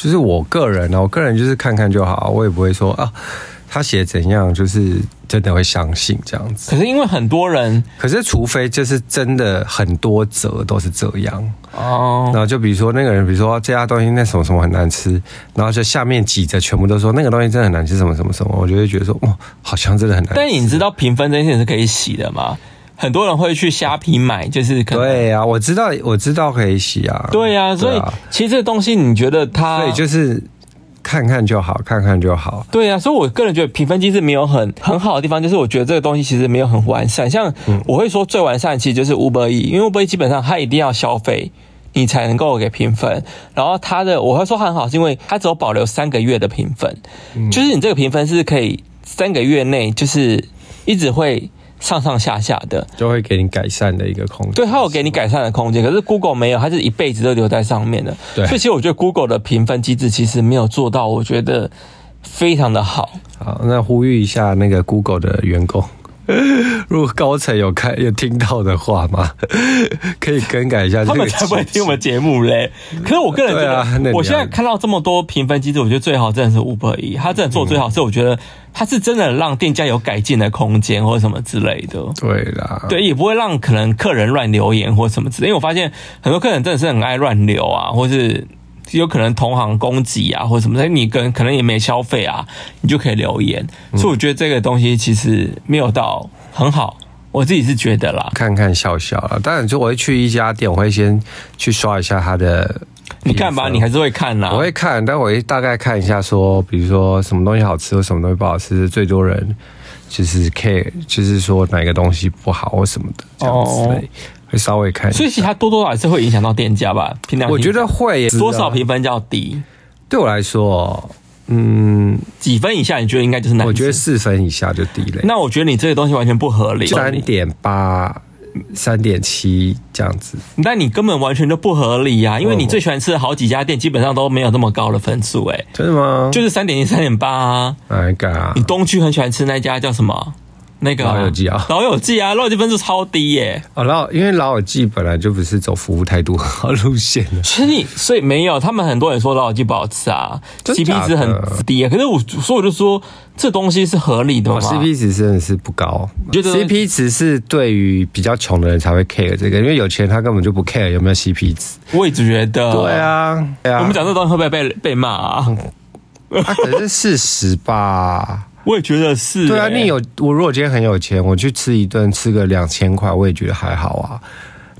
[SPEAKER 3] 就是我个人啊呢，我个人就是看看就好，我也不会说啊，他写怎样，就是真的会相信这样子。
[SPEAKER 1] 可是因为很多人
[SPEAKER 3] 可是，除非就是真的很多则都是这样，
[SPEAKER 1] 哦
[SPEAKER 3] 然，后就比如说那个人，比如说这家东西那什么什么很难吃，然后就下面几则全部都说那个东西真的很难吃，什么什么什么，我就会觉得说，哦，好像真的很难吃。
[SPEAKER 1] 但你知道评分这件事情是可以洗的吗？很多人会去虾皮买，就是 可能
[SPEAKER 3] 对啊，我知道，我知道可以洗啊。
[SPEAKER 1] 对呀、所以、
[SPEAKER 3] 啊
[SPEAKER 1] 其实这个东西，你觉得它
[SPEAKER 3] 所以就是看看就好，看看就好。
[SPEAKER 1] 对呀、所以我个人觉得评分机制没有很很好的地方，就是我觉得这个东西其实没有很完善。像
[SPEAKER 3] 嗯
[SPEAKER 1] 我会说最完善，其实就是 Uber E，因为 Uber E 基本上它一定要消费。你才能够给评分，然后它的我会说它很好，是因为它只有保留三个月的评分，
[SPEAKER 3] 嗯
[SPEAKER 1] 就是你这个评分是可以三个月内就是一直会上上下下的，
[SPEAKER 3] 就会给你改善的一个空间。
[SPEAKER 1] 对，它有给你改善的空间，可是 Google 没有，它是一辈子都留在上面的。
[SPEAKER 3] 对
[SPEAKER 1] 所以其实我觉得 Google 的评分机制其实没有做到，我觉得非常的好。
[SPEAKER 3] 好，那呼吁一下那个 Google 的员工， 如果高层有看有听到的话嘛， 可以更改一下这
[SPEAKER 1] 他
[SPEAKER 3] 个
[SPEAKER 1] 们
[SPEAKER 3] 机制。
[SPEAKER 1] 才不会听我们节目嘞。可是我个人觉
[SPEAKER 3] 对
[SPEAKER 1] 得，
[SPEAKER 3] 啊那你要
[SPEAKER 1] 我现在看到这么多评分机制，我觉得最好真的是 Uber E，他真的做得
[SPEAKER 3] 嗯
[SPEAKER 1] 最好，所以我觉得他是真的让店家有改进的空间或者什么之类的。
[SPEAKER 3] 对啦，
[SPEAKER 1] 对，也不会让可能客人乱留言或什么之类，因为我发现很多客人真的是很爱乱留啊，或是有可能同行攻击啊，或什么的，你可能可能也没消费啊，你就可以留言，
[SPEAKER 3] 嗯
[SPEAKER 1] 所以我觉得这个东西其实没有到很好，我自己是觉得啦。
[SPEAKER 3] 看看笑笑啦。当然，就我会去一家店，我会先去刷一下它的。
[SPEAKER 1] 你看吧，你还是会看啦、
[SPEAKER 3] 我会看，但我会大概看一下说，比如说什么东西好吃或什么东西不好吃，最多人就是 care，就是说哪个东西不好或什么的这样子类，
[SPEAKER 1] 哦
[SPEAKER 3] 会稍微看一下。
[SPEAKER 1] 所以其实它多多少少还是会影响到店家吧。平常
[SPEAKER 3] 我觉得啊会耶
[SPEAKER 1] 多少评分较低，
[SPEAKER 3] 对我来说，嗯，
[SPEAKER 1] 几分以下你觉得应该就是难吃。
[SPEAKER 3] 我觉得四分以下就地雷，
[SPEAKER 1] 那我觉得你这个东西完全不合理，
[SPEAKER 3] 三点八、三点七这样子。
[SPEAKER 1] 但你根本完全就不合理呀、因为你最喜欢吃的好几家店基本上都没有这么高的分数，哎，
[SPEAKER 3] 真的吗？
[SPEAKER 1] 就是三点一、三点八啊。
[SPEAKER 3] 哪一个啊
[SPEAKER 1] 你？东区很喜欢吃那家叫什么？那个
[SPEAKER 3] 老友记啊
[SPEAKER 1] 老友记啊，老友记分数超低耶、
[SPEAKER 3] 哦，老因为老友记本来就不是走服务态度很好路线的，
[SPEAKER 1] 所以所以没有，他们很多人说老友记不好吃啊
[SPEAKER 3] 真假
[SPEAKER 1] ，CP
[SPEAKER 3] 的
[SPEAKER 1] 值很低啊。可是我所以我就说这东西是合理的嘛、
[SPEAKER 3] 哦，CP 值真的是不高。
[SPEAKER 1] 觉得
[SPEAKER 3] CP 值是对于比较穷的人才会 care 这个，因为有钱人他根本就不 care 有没有 CP 值。
[SPEAKER 1] 我也觉得。
[SPEAKER 3] 对，啊，对啊，
[SPEAKER 1] 我们讲这东西会不会被被骂啊？
[SPEAKER 3] 啊，可是事实 吧。
[SPEAKER 1] 我也觉得是、
[SPEAKER 3] 对啊，
[SPEAKER 1] 欸
[SPEAKER 3] 你有我如果今天很有钱，我去吃一顿吃个两千块，我也觉得还好啊。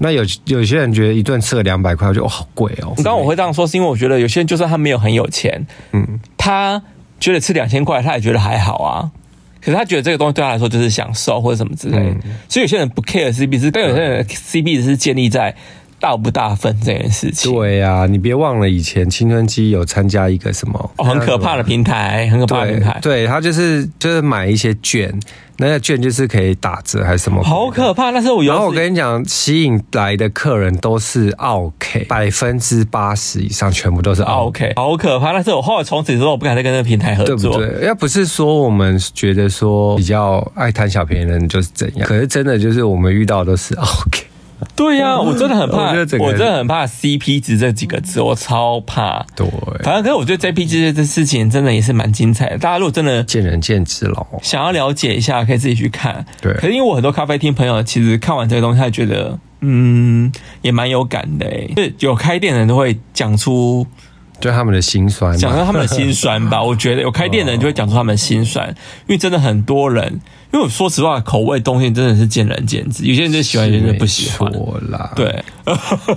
[SPEAKER 3] 那有有些人觉得一顿吃了两百块，我就哦好贵哦。
[SPEAKER 1] 刚刚我会这样说，是因为我觉得有些人就算他没有很有钱，嗯，他觉得吃两千块，他也觉得还好啊。可是他觉得这个东西对他来说就是享受或者什么之类的，所以有些人不 care CP 值，但有些人的 CP 值是建立在大不大份这件事情。
[SPEAKER 3] 对呀、啊，你别忘了以前青春期有参加一个什么，呃
[SPEAKER 1] 哦，很可怕的平台，很可怕的平台
[SPEAKER 3] 对，，对，他就是就是买一些券，那个券就是可以打折还是什么，
[SPEAKER 1] 好可。怕。那时候我有啊
[SPEAKER 3] 然后我
[SPEAKER 1] 一次，
[SPEAKER 3] 跟你讲，吸引来的客人都是 OK，百分之八十以上全部都是
[SPEAKER 1] 啊
[SPEAKER 3] OK，、
[SPEAKER 1] OK，好可怕。那时候我后来从此之后，我不敢再跟那个平台合
[SPEAKER 3] 对不
[SPEAKER 1] 作。
[SPEAKER 3] 对？要不是说我们觉得说比较爱贪小便宜的人就是怎样，可是真的就是我们遇到的都是 OK。
[SPEAKER 1] 对呀、我真的很怕，
[SPEAKER 3] 我觉得整个
[SPEAKER 1] 我真的很怕 CP 值这几个字，我超怕。
[SPEAKER 3] 对，
[SPEAKER 1] 反正，可是我觉得 JP 这这事情真的也是蛮精彩的。大家如果真的
[SPEAKER 3] 见仁见智喽。
[SPEAKER 1] 想要了解一下，可以自己去看。
[SPEAKER 3] 对
[SPEAKER 1] 可是因为我很多咖啡厅朋友，其实看完这个东西，他觉得嗯，也蛮有感的诶、就是有开店的人都会讲出
[SPEAKER 3] 就他们的心酸嘛，
[SPEAKER 1] 讲到他们的心 酸吧。我觉得有开店的人就会讲出他们的心酸，因为真的很多人，因为我说实话，口味东西真的是见仁见智，有些人就喜欢，有些人就不喜欢
[SPEAKER 3] 是。没错啦。
[SPEAKER 1] 对，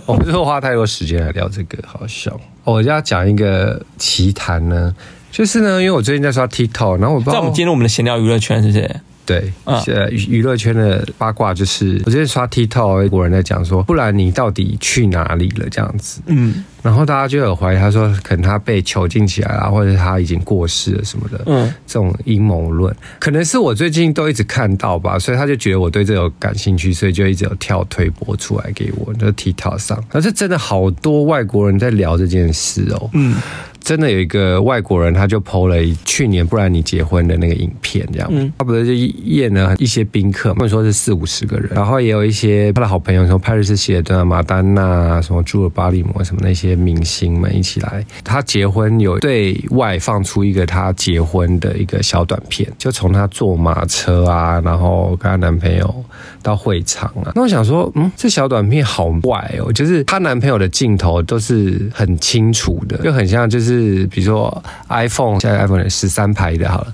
[SPEAKER 3] 我不是花太多时间来聊这个，好笑。哦我就要讲一个奇谈呢，就是呢，因为我最近在刷 TikTok，然后我不知
[SPEAKER 1] 在
[SPEAKER 3] 道
[SPEAKER 1] 我们进入我们的闲聊娱乐圈，是不是？
[SPEAKER 3] 对，
[SPEAKER 1] 嗯
[SPEAKER 3] 呃、娱娱乐圈的八卦就是，我最近刷 TikTok，国人在讲说，不然你到底去哪里了这样子，
[SPEAKER 1] 嗯
[SPEAKER 3] 然后大家就有怀疑，他说可能他被囚禁起来啦，或者他已经过世了什么的，
[SPEAKER 1] 嗯，
[SPEAKER 3] 这种阴谋论，可能是我最近都一直看到吧，所以他就觉得我对这有感兴趣，所以就一直有跳推播出来给我，就是 TikTok 上。可是真的好多外国人在聊这件事哦，嗯，真的有一个外国人他就 PO 了一去年不然你结婚的那个影片，这样，他不是就验了一些宾客，他们说是四五十个人，然后也有一些他的好朋友，从派瑞斯希尔顿啊、马丹娜啊、什么朱尔巴利摩什么那些明星们一起来，他结婚有对外放出一个他结婚的一个小短片，就从他坐马车啊，然后跟她男朋友到会场啊。那我想说，嗯，这小短片好怪哦，就是她男朋友的镜头都是很清楚的，就很像就是比如说 iPhone 现在 iPhone 十三排的好了。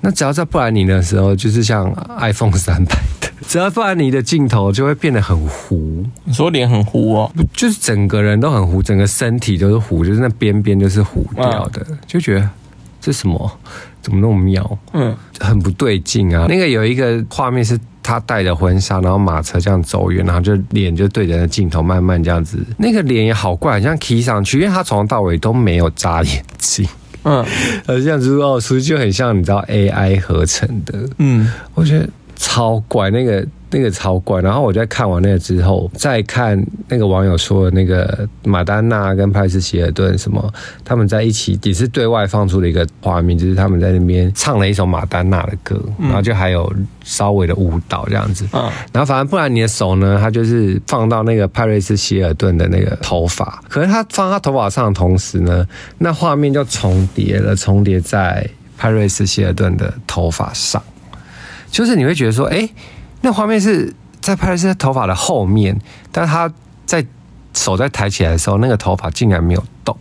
[SPEAKER 3] 那只要在布兰妮的时候，就是像 iPhone 三拍的，只要布兰妮的镜头就会变得很糊，
[SPEAKER 1] 你说脸很糊哦。
[SPEAKER 3] 就是整个人都很糊，整个身体都是糊，就是那边边就是糊掉的，就觉得这什么怎么那么妙，
[SPEAKER 1] 嗯，
[SPEAKER 3] 很不对劲啊。那个有一个画面是她戴着婚纱，然后马车这样走远，然后就脸就对着那镜头慢慢这样子，那个脸也好怪，很像 K 上去，因为她从头到尾都没有眨眼睛。
[SPEAKER 1] 嗯
[SPEAKER 3] 呃，这样子哦，其实就很像你知道 AI 合成的，
[SPEAKER 1] 嗯，
[SPEAKER 3] 我觉得超怪，那个那个超怪。然后我在看完那个之后，再看那个网友说的那个马丹娜跟派斯希尔顿什么，他们在一起也是对外放出了一个画面，就是他们在那边唱了一首马丹娜的歌，然后就还有稍微的舞蹈这样子。
[SPEAKER 1] 嗯
[SPEAKER 3] 然后反正布兰妮的手呢，她就是放到那个派瑞斯希尔顿的那个头发，可是她放她头发上的同时呢，那画面就重叠了，重叠在派瑞斯希尔顿的头发上，就是你会觉得说，哎、那画面是在派瑞斯的头发的后面，但她在手在抬起来的时候，那个头发竟然没有动，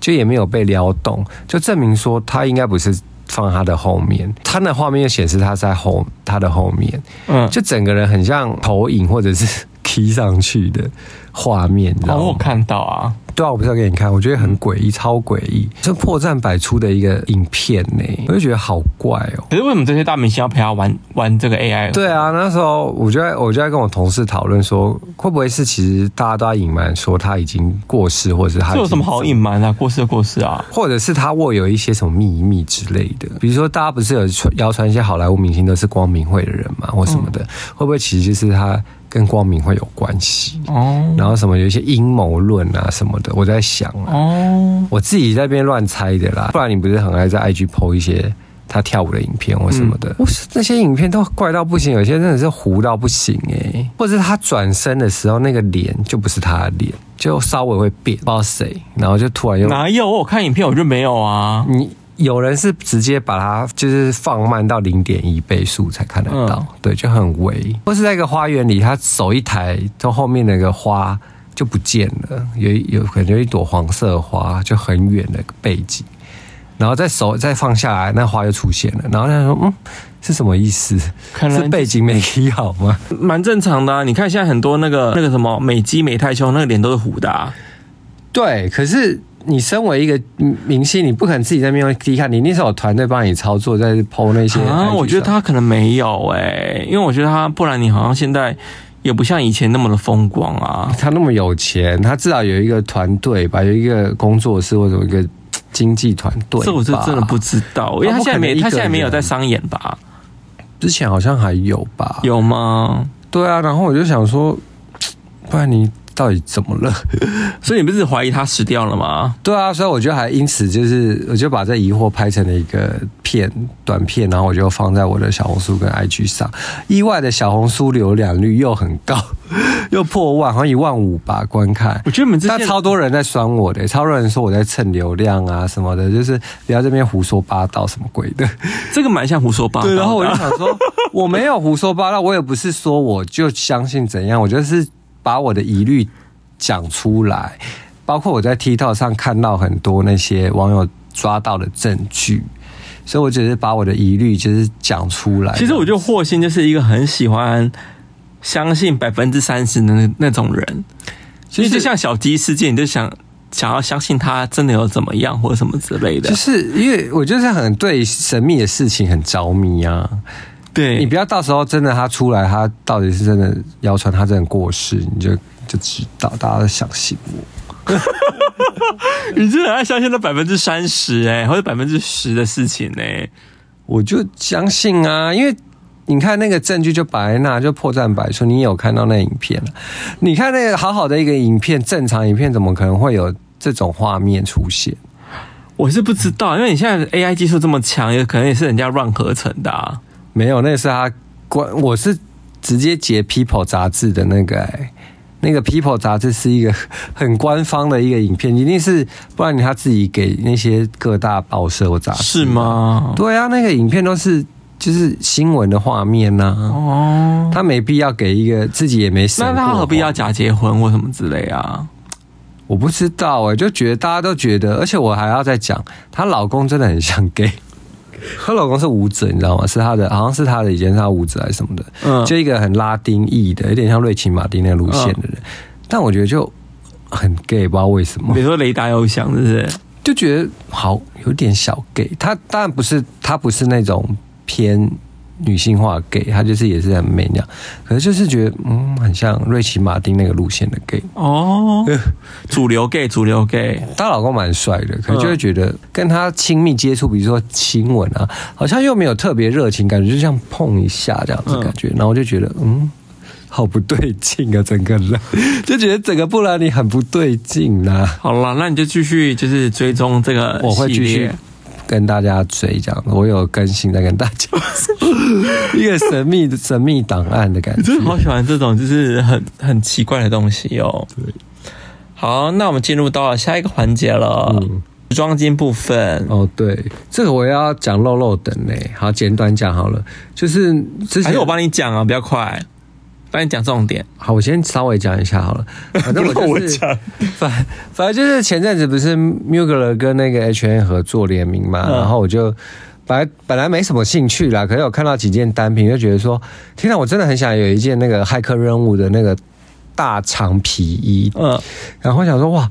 [SPEAKER 3] 就也没有被撩动，就证明说她应该不是。放她的后面，她那画面又显示她在后她的后面，
[SPEAKER 1] 嗯，
[SPEAKER 3] 就整个人很像投影或者是 key 上去的画面，你知
[SPEAKER 1] 哦，我
[SPEAKER 3] 道
[SPEAKER 1] 有
[SPEAKER 3] 吗？
[SPEAKER 1] 看到啊，
[SPEAKER 3] 对啊，我不是要给你看，我觉得很诡异，超诡异，是破绽百出的一个影片呢、我就觉得好怪哦、
[SPEAKER 1] 可是为什么这些大明星要陪他玩玩这个 AI？
[SPEAKER 3] 对啊，那时候我就在我就在跟我同事讨论说，会不会是其实大家都在隐瞒说他已经过世，或者是他已
[SPEAKER 1] 这有
[SPEAKER 3] 经
[SPEAKER 1] 什么好隐瞒啊？过世就过世啊，
[SPEAKER 3] 或者是他握有一些什么秘密之类的，比如说大家不是有传谣传一些好莱坞明星都是光明会的人嘛，或什么的，会不会其实就是他跟光明会有关系？
[SPEAKER 1] 哦
[SPEAKER 3] 然后什么有一些阴谋论啊什么的，我在想啊，
[SPEAKER 1] 哦，
[SPEAKER 3] 我自己在那边乱猜的啦。不然你不是很爱在 IG PO 一些他跳舞的影片或什么的，我是那些影片都怪到不行，有些真的是糊到不行哎、或者是他转身的时候那个脸就不是他的脸，就稍微会变，不知道谁，然后就突然又
[SPEAKER 1] 哪有？我有看影片，我就没有啊。
[SPEAKER 3] 你有人是直接把它就是放慢到零点一倍速才看得到，
[SPEAKER 1] 嗯
[SPEAKER 3] 对，就很微。或是在一个花园里，他手一抬，从后面那个花就不见了，有一有可能有一朵黄色的花，就很远的背景。然后再手再放下来，那花又出现了。然后他说：“嗯，是什么意思？
[SPEAKER 1] 看来
[SPEAKER 3] 是背景没理好吗
[SPEAKER 1] 蛮正常的、啊。你看现在很多那个那个什么美肌美泰胸，那个脸都是糊的、啊。？”
[SPEAKER 3] 对，可是你身为一个明星，你不可能自己在面用低看，你那时候有团队帮你操作，在 PO 那些
[SPEAKER 1] 啊，
[SPEAKER 3] IG
[SPEAKER 1] 我觉得
[SPEAKER 3] 上
[SPEAKER 1] 他可能没有哎、因为我觉得他，不然你好像现在也不像以前那么的风光啊。
[SPEAKER 3] 他那么有钱，他至少有一个团队吧，有一个工作室或者一个经济团队吧。
[SPEAKER 1] 这我是真的哦不知道，因为他现在没
[SPEAKER 3] 他不可能一个人
[SPEAKER 1] 他现在没有在商演吧？
[SPEAKER 3] 之前好像还有吧？
[SPEAKER 1] 有吗？
[SPEAKER 3] 对啊，然后我就想说，不然你到底怎么了？
[SPEAKER 1] 所以你不是怀疑他死掉了吗？
[SPEAKER 3] 对啊，所以我就还因此就是，我就把这疑惑拍成了一个片短片，然后我就放在我的小红书跟 IG 上。意外的小红书浏览率又很高， 又破万，好像一万五吧观看。
[SPEAKER 1] 我觉得你们之
[SPEAKER 3] 但
[SPEAKER 1] 前
[SPEAKER 3] 超多人在酸我的，超多人说我在蹭流量啊什么的，就是不要这边胡说八道什么鬼 的。
[SPEAKER 1] 这个蛮像胡说八道的啊。
[SPEAKER 3] 对，然后我就想说，我没有胡说八道，我也不是说我就相信怎样，我就是把我的疑虑讲出来，包括我在 TikTok 上看到很多那些网友抓到的证据，所以我只是把我的疑虑就是讲出来。
[SPEAKER 1] 其实我觉得霍心就是一个很喜欢相信百分之三十的那那种人，
[SPEAKER 3] 其
[SPEAKER 1] 所以
[SPEAKER 3] 实
[SPEAKER 1] 就像小鸡事件，你就想想要相信他真的有怎么样或者什么之类的
[SPEAKER 3] 就。是因为我就是很对神秘的事情很着迷啊。
[SPEAKER 1] 对，
[SPEAKER 3] 你不要到时候真的他出来，他到底是真的谣传他真的过世，你就就知道大家都相信我。
[SPEAKER 1] 你真的很爱相信那百分之三十哎，或者百分之十的事情呢、欸
[SPEAKER 3] 我就相信啊，因为你看那个证据就摆在那，就破绽百出。你有看到那影片了、你看那个好好的一个影片，正常影片怎么可能会有这种画面出现？
[SPEAKER 1] 我是不知道，因为你现在 AI 技术这么强，也可能也是人家乱合成的啊。
[SPEAKER 3] 没有，那是他关，我是直接截 People 杂志的那个、欸，那个 People 杂志是一个很官方的一个影片，一定是不然你他自己给那些各大报社或杂志
[SPEAKER 1] 是？吗？
[SPEAKER 3] 对啊，那个影片都是就是新闻的画面呐、
[SPEAKER 1] 哦，
[SPEAKER 3] 他没必要给一个自己也没审
[SPEAKER 1] 那
[SPEAKER 3] 过
[SPEAKER 1] 他何必要
[SPEAKER 3] 的话？
[SPEAKER 1] 假结婚或什么之类啊？
[SPEAKER 3] 我不知道哎、就觉得大家都觉得，而且我还要再讲，她老公真的很像 gay。她老公是舞者，你知道吗？是她的，好像是她的以前是她舞者还是什么的，
[SPEAKER 1] 嗯
[SPEAKER 3] 就一个很拉丁裔的，有点像瑞奇马丁那个路线的人。但我觉得就很 gay，不知道为什么
[SPEAKER 1] 比，如说雷达有响，是不是？
[SPEAKER 3] 就觉得好有点小 gay。他当然不是，他不是那种偏女性化的 gay，他就是也是很 man 那样，可是就是觉得嗯，很像瑞奇马丁那个路线的 gay。
[SPEAKER 1] 哦， 主流 gay，主流 gay，
[SPEAKER 3] 她老公蛮帅的，可是
[SPEAKER 1] 嗯
[SPEAKER 3] 就会觉得跟他亲密接触，比如说亲吻啊，好像又没有特别热情，感觉就像碰一下这样子
[SPEAKER 1] 嗯
[SPEAKER 3] 感觉，然后我就觉得嗯，好不对劲啊，整个人 就觉得整个布兰妮很不对劲啊。
[SPEAKER 1] 好啦，那你就继续就是追踪这个
[SPEAKER 3] 我会
[SPEAKER 1] 呃系
[SPEAKER 3] 继
[SPEAKER 1] 列
[SPEAKER 3] 续跟大家追这样子，我有更新再跟大家说， 一个神秘的神秘档案的感
[SPEAKER 1] 你
[SPEAKER 3] 觉
[SPEAKER 1] 真。的好喜欢这种就是很很奇怪的东西哦。对，好，那我们进入到了下一个环节了，时装金部分。
[SPEAKER 3] 嗯哦，对，这个我要讲漏漏等嘞，好，简短讲好了，就是之
[SPEAKER 1] 还
[SPEAKER 3] 前
[SPEAKER 1] 是我帮你讲啊，比较快，帮你讲重点。
[SPEAKER 3] 好，我先稍微讲一下 好了。反正我
[SPEAKER 1] 不让我
[SPEAKER 3] 就是
[SPEAKER 1] 讲，
[SPEAKER 3] 反反正就是前阵子不是 Mugler 跟那个 H N 合作联名嘛，
[SPEAKER 1] 嗯
[SPEAKER 3] 然后我就本来本来没什么兴趣啦，可是有看到几件单品，就觉得说，天哪，我真的很想有一件那个骇客任务的那个大长皮衣，
[SPEAKER 1] 嗯，
[SPEAKER 3] 然后我想说哇。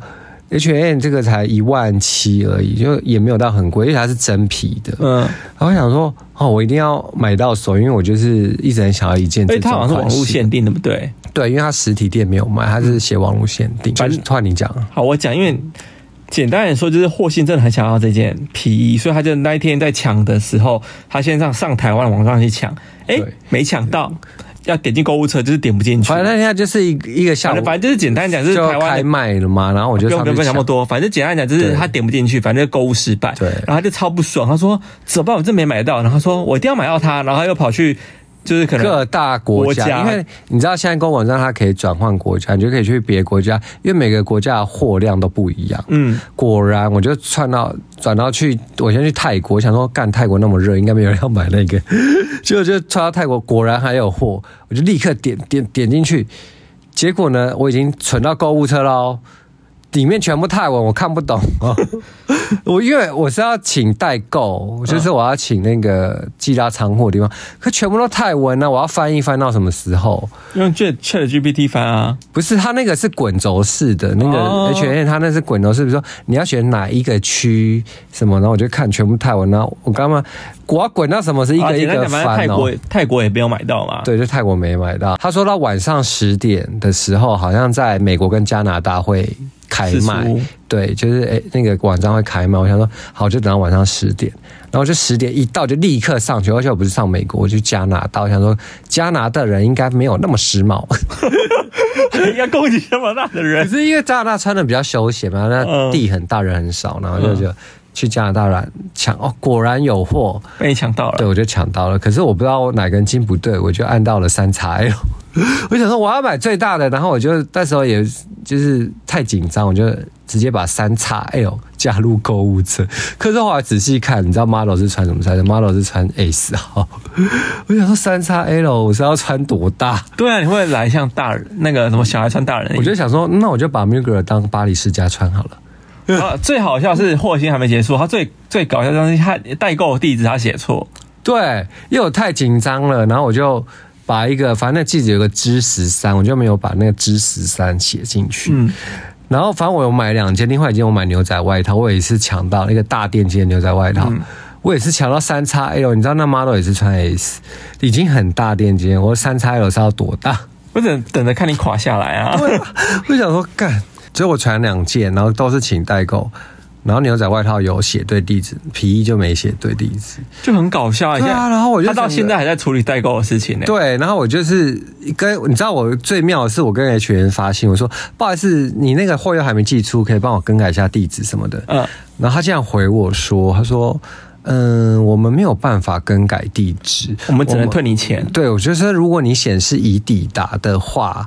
[SPEAKER 3] H N 这个才一万七而已，就也没有到很贵，因为它是真皮的。
[SPEAKER 1] 嗯，
[SPEAKER 3] 嗯，然后我想说，哦，我一定要买到手，因为我就是一直很想要一件
[SPEAKER 1] 哎，
[SPEAKER 3] 这
[SPEAKER 1] 它
[SPEAKER 3] 种
[SPEAKER 1] 好像是网
[SPEAKER 3] 款
[SPEAKER 1] 络
[SPEAKER 3] 式
[SPEAKER 1] 限定，对不对？
[SPEAKER 3] 对，因为它实体店没有卖，它是写网络限定。
[SPEAKER 1] 反
[SPEAKER 3] 就是换你讲，
[SPEAKER 1] 好，我讲，因为简单来说，就是霍信真的很想要这件皮衣，所以他就那一天在抢的时候，他先上上台湾网站去抢，哎、
[SPEAKER 3] 对
[SPEAKER 1] 没抢到，要点进购物车，就是点不进去。
[SPEAKER 3] 反正那天就是一一个下
[SPEAKER 1] 反
[SPEAKER 3] 午
[SPEAKER 1] 正，反正就是简单讲，就是
[SPEAKER 3] 就
[SPEAKER 1] 台湾
[SPEAKER 3] 开
[SPEAKER 1] 的
[SPEAKER 3] 卖了嘛，然后我就
[SPEAKER 1] 不用
[SPEAKER 3] 上
[SPEAKER 1] 不用
[SPEAKER 3] 去
[SPEAKER 1] 想那么
[SPEAKER 3] 抢。
[SPEAKER 1] 多，反正简单讲就是
[SPEAKER 3] 对
[SPEAKER 1] 他点不进去，反正就购物失败。
[SPEAKER 3] 对
[SPEAKER 1] 然后他就超不爽，他说怎么办？我真没买到。然后他说我一定要买到它，然后他又跑去就是可
[SPEAKER 3] 各
[SPEAKER 1] 能
[SPEAKER 3] 大国家，
[SPEAKER 1] 国家
[SPEAKER 3] 因为你知道现在公网站它可以转换国家，你就可以去别的国家，因为每个国家的货量都不一样。
[SPEAKER 1] 嗯，
[SPEAKER 3] 果然，我就窜到转到去，我先去泰国，想说干泰国那么热，应该没有人要买那个， 结果就窜到泰国，果然还有货，我就立刻点点点进去，结果呢，我已经存到购物车喽，里面全部泰文，我看不懂哦。 我因为我是要请代购，就是我要请那个寄到仓库的地方，可全部都泰文啊呢、我要翻译翻到什么时候？
[SPEAKER 1] 用 Chat Chat GPT 翻啊，
[SPEAKER 3] 不是，它那个是滚轴式的，那
[SPEAKER 1] 哦
[SPEAKER 3] 个 H N，它那是滚轴式，比如说你要选哪一个区什么，然后我就看全部泰文，然后我刚刚我要滚到什么是一
[SPEAKER 1] 啊
[SPEAKER 3] 个一
[SPEAKER 1] 简单
[SPEAKER 3] 个
[SPEAKER 1] 讲，反正
[SPEAKER 3] 翻
[SPEAKER 1] 泰
[SPEAKER 3] 哦
[SPEAKER 1] 国。泰国也没有买到嘛。，
[SPEAKER 3] 对，就泰国没买到。他说到晚上十点的时候，好像在美国跟加拿大会开
[SPEAKER 1] 四十
[SPEAKER 3] 卖
[SPEAKER 1] 五，
[SPEAKER 3] 对，就是诶、那个晚上会开卖。我想说，好，就等到晚上十点，然后就十点一到就立刻上去，而且我不是上美国，我去加拿大。我想说，加拿大人应该没有那么时髦，
[SPEAKER 1] 要攻击这么大的
[SPEAKER 3] 可
[SPEAKER 1] 人，
[SPEAKER 3] 是因为加拿大穿的比较休闲嘛，那
[SPEAKER 1] 嗯
[SPEAKER 3] 地很大，人很少，然后就
[SPEAKER 1] 嗯
[SPEAKER 3] 就去加拿大来抢哦，果然有货，
[SPEAKER 1] 被你抢到
[SPEAKER 3] 对
[SPEAKER 1] 了。
[SPEAKER 3] 我就抢到了。可是我不知道我哪根筋不对，我就按到了三叉 L。我想说我要买最大的，然后我就那时候也就是太紧张，我就直接把三叉 L 加入购物车。可是后来仔细看，你知道 model 是穿什么 size 的？model 是穿 S 号。我想说三叉 L 我是要穿多大？
[SPEAKER 1] 对啊，你会来像大人那个什么小孩穿大人一样。
[SPEAKER 3] 我就想说，那我就把 Mugler 当巴黎世家穿好了。
[SPEAKER 1] 啊，最好笑是霍星还没结束，他最最搞笑的东西，他代购地址他写错，
[SPEAKER 3] 对，因为我太紧张了，然后我就把一个，反正那记者有个知十三，我就没有把那个知十三写进去。
[SPEAKER 1] 嗯
[SPEAKER 3] 然后反正我有买两件，另外一件我买牛仔外套，我也是抢到那个大店街的牛仔外套。我也是抢到三叉 L，你知道那 model 也是穿 S，已经很大店街。我说三叉 L 是要多大？
[SPEAKER 1] 我等等着看你垮下来啊！
[SPEAKER 3] 我想说干，所以我穿两件，然后都是请代购，然后牛仔外套有写对地址，皮衣就没写对地址。
[SPEAKER 1] 就很搞笑。
[SPEAKER 3] 对啊
[SPEAKER 1] 你看
[SPEAKER 3] 然后我就
[SPEAKER 1] 他到
[SPEAKER 3] 整个
[SPEAKER 1] 现在还在处理代购的事情呢、
[SPEAKER 3] 对，然后我就是跟你知道我最妙的是，我跟 H 员发信，我说不好意思，你那个货又还没寄出，可以帮我更改一下地址什么的。
[SPEAKER 1] 嗯
[SPEAKER 3] 然后他竟然回我说，他说。嗯，我们没有办法更改地址，
[SPEAKER 1] 我们只能退你钱
[SPEAKER 3] 对，我觉得如果你显示已抵达的话，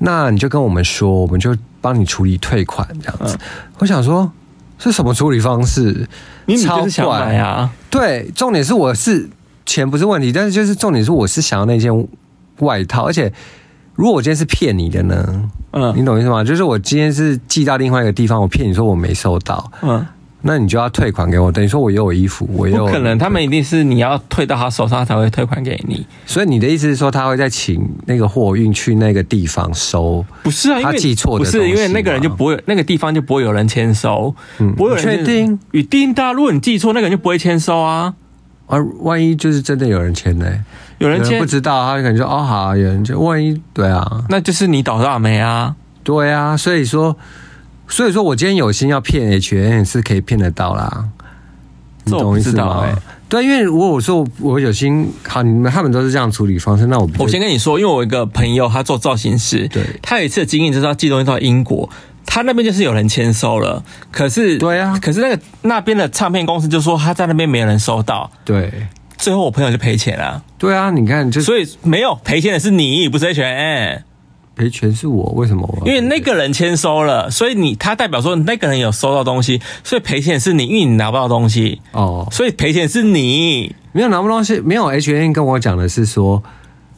[SPEAKER 3] 那你就跟我们说，我们就帮你处理退款这样子。
[SPEAKER 1] 嗯
[SPEAKER 3] 我想说，是什么处理方式？
[SPEAKER 1] 你你
[SPEAKER 3] 超
[SPEAKER 1] 就是想
[SPEAKER 3] 怪
[SPEAKER 1] 买啊？
[SPEAKER 3] 对，重点是我是钱不是问题，但是就是重点是我是想要那件外套，而且如果我今天是骗你的呢，你
[SPEAKER 1] 嗯
[SPEAKER 3] 懂意思吗？就是我今天是寄到另外一个地方，我骗你说我没收到，
[SPEAKER 1] 嗯，
[SPEAKER 3] 那你就要退款给我，等于说我也有衣服，我也有
[SPEAKER 1] 不可能，他们一定是你要退到他手上他才会退款给你。
[SPEAKER 3] 所以你的意思是说他会再请那个货运去那个地方收？
[SPEAKER 1] 不是啊，因为
[SPEAKER 3] 他寄错的
[SPEAKER 1] 不
[SPEAKER 3] 东
[SPEAKER 1] 是
[SPEAKER 3] 西
[SPEAKER 1] 因为那个人就不会，那个地方就不会有人签收，不会有人
[SPEAKER 3] 你确定？
[SPEAKER 1] 一定的啊、如果你寄错，那个人就不会签收啊。
[SPEAKER 3] 啊，万一就是真的有人签呢、
[SPEAKER 1] 有
[SPEAKER 3] 有
[SPEAKER 1] 人
[SPEAKER 3] 人
[SPEAKER 1] 签
[SPEAKER 3] 不，知道，他可能就哦好啊，有人就万一对啊，
[SPEAKER 1] 那就是你倒大霉啊。
[SPEAKER 3] 对啊，所以说，所以说我今天有心要骗 H N 是可以骗得到啦，你
[SPEAKER 1] 这我
[SPEAKER 3] 懂
[SPEAKER 1] 不
[SPEAKER 3] 意
[SPEAKER 1] 知
[SPEAKER 3] 思
[SPEAKER 1] 道
[SPEAKER 3] 吗？
[SPEAKER 1] 欸
[SPEAKER 3] 对，因为如果我说我有心，好，你们他们都是这样处理方式，那我不就
[SPEAKER 1] 我先跟你说，因为我有一个朋友，他做造型师，
[SPEAKER 3] 对
[SPEAKER 1] 他有一次的经验就是他寄东西到英国，他那边就是有人签收了，可是
[SPEAKER 3] 对啊
[SPEAKER 1] 可是那个那边的唱片公司就说他在那边没有人收到，
[SPEAKER 3] 对
[SPEAKER 1] 最后我朋友就赔钱了，
[SPEAKER 3] 对啊，你看，就是哦
[SPEAKER 1] 所以没有赔钱的是你，不是 H N，
[SPEAKER 3] 赔钱是我，为什么我
[SPEAKER 1] 因
[SPEAKER 3] 要
[SPEAKER 1] 为
[SPEAKER 3] 赔
[SPEAKER 1] 那个人签收了，所以你他代表说那个人有收到东西，所以赔钱的是你，因为你拿不到东西，
[SPEAKER 3] 哦
[SPEAKER 1] 所以赔钱是你，
[SPEAKER 3] 没有拿不到东西，没有 H N 跟我讲的是说。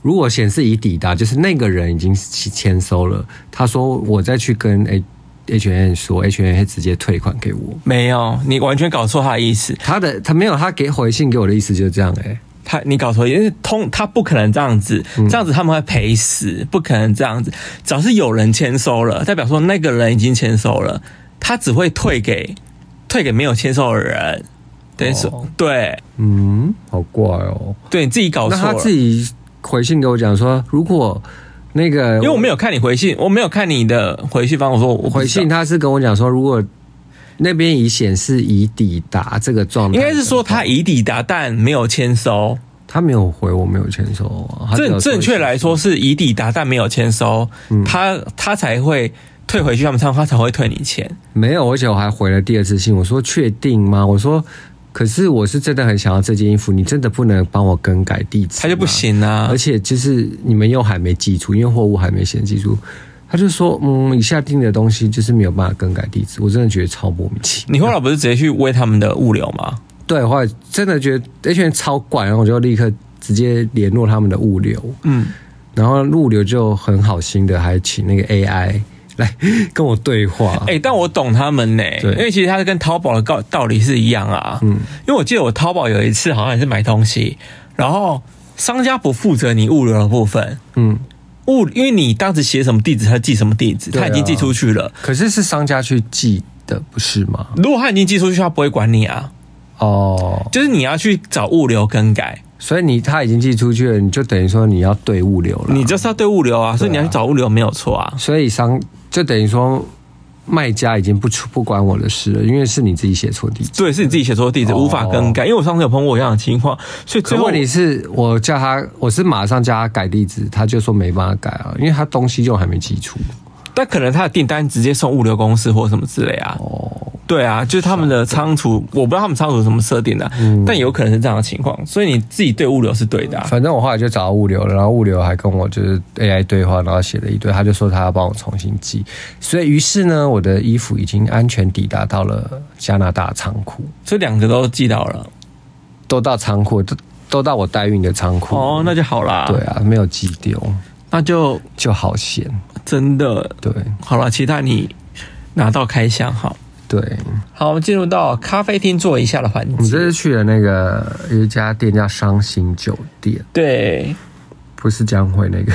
[SPEAKER 3] 如果显示已抵达，就是那个人已经签收了。他说我再去跟 H H N 说，H N 会直接退款给我。
[SPEAKER 1] 没有，你完全搞错他的意思，
[SPEAKER 3] 他的他没有，他给回信给我的意思就是这样哎、欸
[SPEAKER 1] 他你搞错，因为通他不可能这样子，
[SPEAKER 3] 嗯
[SPEAKER 1] 这样子他们会赔死，不可能这样子。只要是有人签收了，代表说那个人已经签收了，他只会退给退给没有签收的人。等于说，
[SPEAKER 3] 哦
[SPEAKER 1] 对
[SPEAKER 3] 嗯，好怪哦。
[SPEAKER 1] 对，你自己搞
[SPEAKER 3] 那
[SPEAKER 1] 错啊
[SPEAKER 3] 他
[SPEAKER 1] 了
[SPEAKER 3] 自。己回信给我讲说，如果那个，
[SPEAKER 1] 因
[SPEAKER 3] 因
[SPEAKER 1] 为我没有看你回信，我没有看你的回信方，我说我不知道
[SPEAKER 3] 回信，他是跟我讲说，如果那边已显示已抵达这个状态，
[SPEAKER 1] 应该是说他已抵达但没有签收，
[SPEAKER 3] 他没有回我没有签收啊。他只有
[SPEAKER 1] 正正确来说是已抵达但没有签收，
[SPEAKER 3] 嗯
[SPEAKER 1] 他他才会退回去他们仓，他才会退你钱。
[SPEAKER 3] 没有，而且我还回了第二次信，我说确定吗？我说可是我是真的很想要这件衣服，你真的不能帮我更改地址吗，
[SPEAKER 1] 他就不行啊
[SPEAKER 3] 而且就是你们又还没寄出，因为货物还没先寄出，他就说嗯，以下订的东西就是没有办法更改地址，我真的觉得超莫名其妙。
[SPEAKER 1] 你后来不是直接去问他们的物流吗？
[SPEAKER 3] 对，后来真的觉得 H N 超怪，然后我就立刻直接联络他们的物流，
[SPEAKER 1] 嗯，
[SPEAKER 3] 然后物流就很好心的还请那个 AI 来跟我对话。
[SPEAKER 1] 哎、但我懂他们呢、
[SPEAKER 3] 对
[SPEAKER 1] 因为其实它跟淘宝的道道理是一样啊。嗯，因为我记得我淘宝有一次好像也是买东西，然后商家不负责你物流的部分，
[SPEAKER 3] 嗯，
[SPEAKER 1] 物因为你当时写什么地址，他寄什么地址，
[SPEAKER 3] 对啊
[SPEAKER 1] 他已经寄出去了。
[SPEAKER 3] 可是是商家去寄的，不是吗？
[SPEAKER 1] 如果他已经寄出去，他不会管你啊。
[SPEAKER 3] 哦，
[SPEAKER 1] 就是你要去找物流更改，
[SPEAKER 3] 所以你他已经寄出去了，你就等于说你要对物流了。
[SPEAKER 1] 你就是要对物流啊，所以你要去找物流没有错啊。
[SPEAKER 3] 所以商就等于说卖家已经不出不关我的事了，因为是你自己写错地址。
[SPEAKER 1] 对，是你自己写错地址，
[SPEAKER 3] 哦
[SPEAKER 1] 无法更改。因为我上次有碰过一样的情况，所以最
[SPEAKER 3] 可
[SPEAKER 1] 后
[SPEAKER 3] 问题是我叫他，我是马上叫他改地址，他就说没办法改啊，因为他东西就还没寄出。
[SPEAKER 1] 但可能他的订单直接送物流公司或什么之类啊。
[SPEAKER 3] 哦，
[SPEAKER 1] 对啊，就是他们的仓储，我不知道他们仓储怎么设定的、但有可能是这样的情况。所以你自己对物流是对的、啊。
[SPEAKER 3] 反正我后来就找到物流了，然后物流还跟我就是 AI 对话，然后写了一堆，他就说他要帮我重新寄，所以于是呢，我的衣服已经安全抵达到了加拿大仓库，
[SPEAKER 1] 所以两个都寄到了，
[SPEAKER 3] 都到仓库，都都到我代运的仓库。
[SPEAKER 1] 哦，那就好啦。
[SPEAKER 3] 对，啊，没有寄丢
[SPEAKER 1] 那就
[SPEAKER 3] 就好险。
[SPEAKER 1] 真的
[SPEAKER 3] 对
[SPEAKER 1] 好了，期待你拿到开箱好。
[SPEAKER 3] 对，
[SPEAKER 1] 好，我们进入到咖啡厅坐一下的环
[SPEAKER 3] 我们这
[SPEAKER 1] 节。
[SPEAKER 3] 次去了那个有一家店叫伤心酒店，
[SPEAKER 1] 对，
[SPEAKER 3] 不是江惠那个，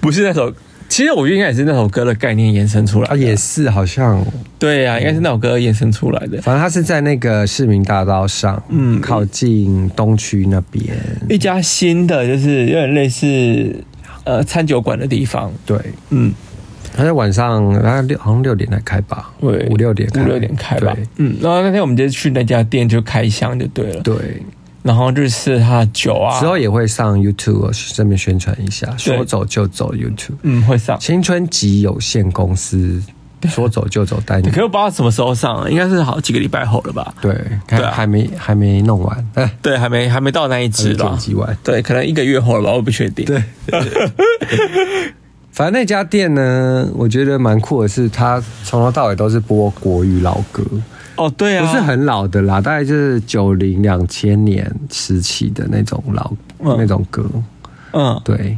[SPEAKER 1] 不是那首，其实我觉得应该也是那首歌的概念延伸出来
[SPEAKER 3] 啊
[SPEAKER 1] 的。
[SPEAKER 3] 也是好像，
[SPEAKER 1] 对啊，应该是那首歌延伸出来的。
[SPEAKER 3] 反正它是在那个市民大道上，嗯，靠近东区那边。
[SPEAKER 1] 一家新的，就是有点类似呃餐酒馆的地方。
[SPEAKER 3] 对，
[SPEAKER 1] 嗯，
[SPEAKER 3] 它在晚上，它六好像六点才开吧，
[SPEAKER 1] 对，
[SPEAKER 3] 五六点
[SPEAKER 1] 五六点开吧
[SPEAKER 3] 对。
[SPEAKER 1] 嗯，然后那天我们就去那家店就开箱就对了，
[SPEAKER 3] 对，
[SPEAKER 1] 然后就试他的酒啊
[SPEAKER 3] 之，后也会上 YouTube 这边宣传一下，说走就走 YouTube。
[SPEAKER 1] 嗯，会上。
[SPEAKER 3] 青春集有限公司，说走就走带你
[SPEAKER 1] 可。是我不知道什么时候上，应该是好几个礼拜后了吧？
[SPEAKER 3] 对，
[SPEAKER 1] 对
[SPEAKER 3] 还
[SPEAKER 1] 啊
[SPEAKER 3] 还没还没弄完，哎，
[SPEAKER 1] 对，还没还没到那一
[SPEAKER 3] 还没
[SPEAKER 1] 支
[SPEAKER 3] 剪
[SPEAKER 1] 啦。
[SPEAKER 3] 辑完。
[SPEAKER 1] 对，可能一个月后了吧，我不确定。对，
[SPEAKER 3] 反正那家店呢，我觉得蛮酷的是，它从头到尾都是播国语老歌，
[SPEAKER 1] 哦，对啊，
[SPEAKER 3] 不是很老的啦，大概就是九零两千年时期的那种老、
[SPEAKER 1] 嗯
[SPEAKER 3] 那种歌。
[SPEAKER 1] 嗯，
[SPEAKER 3] 对，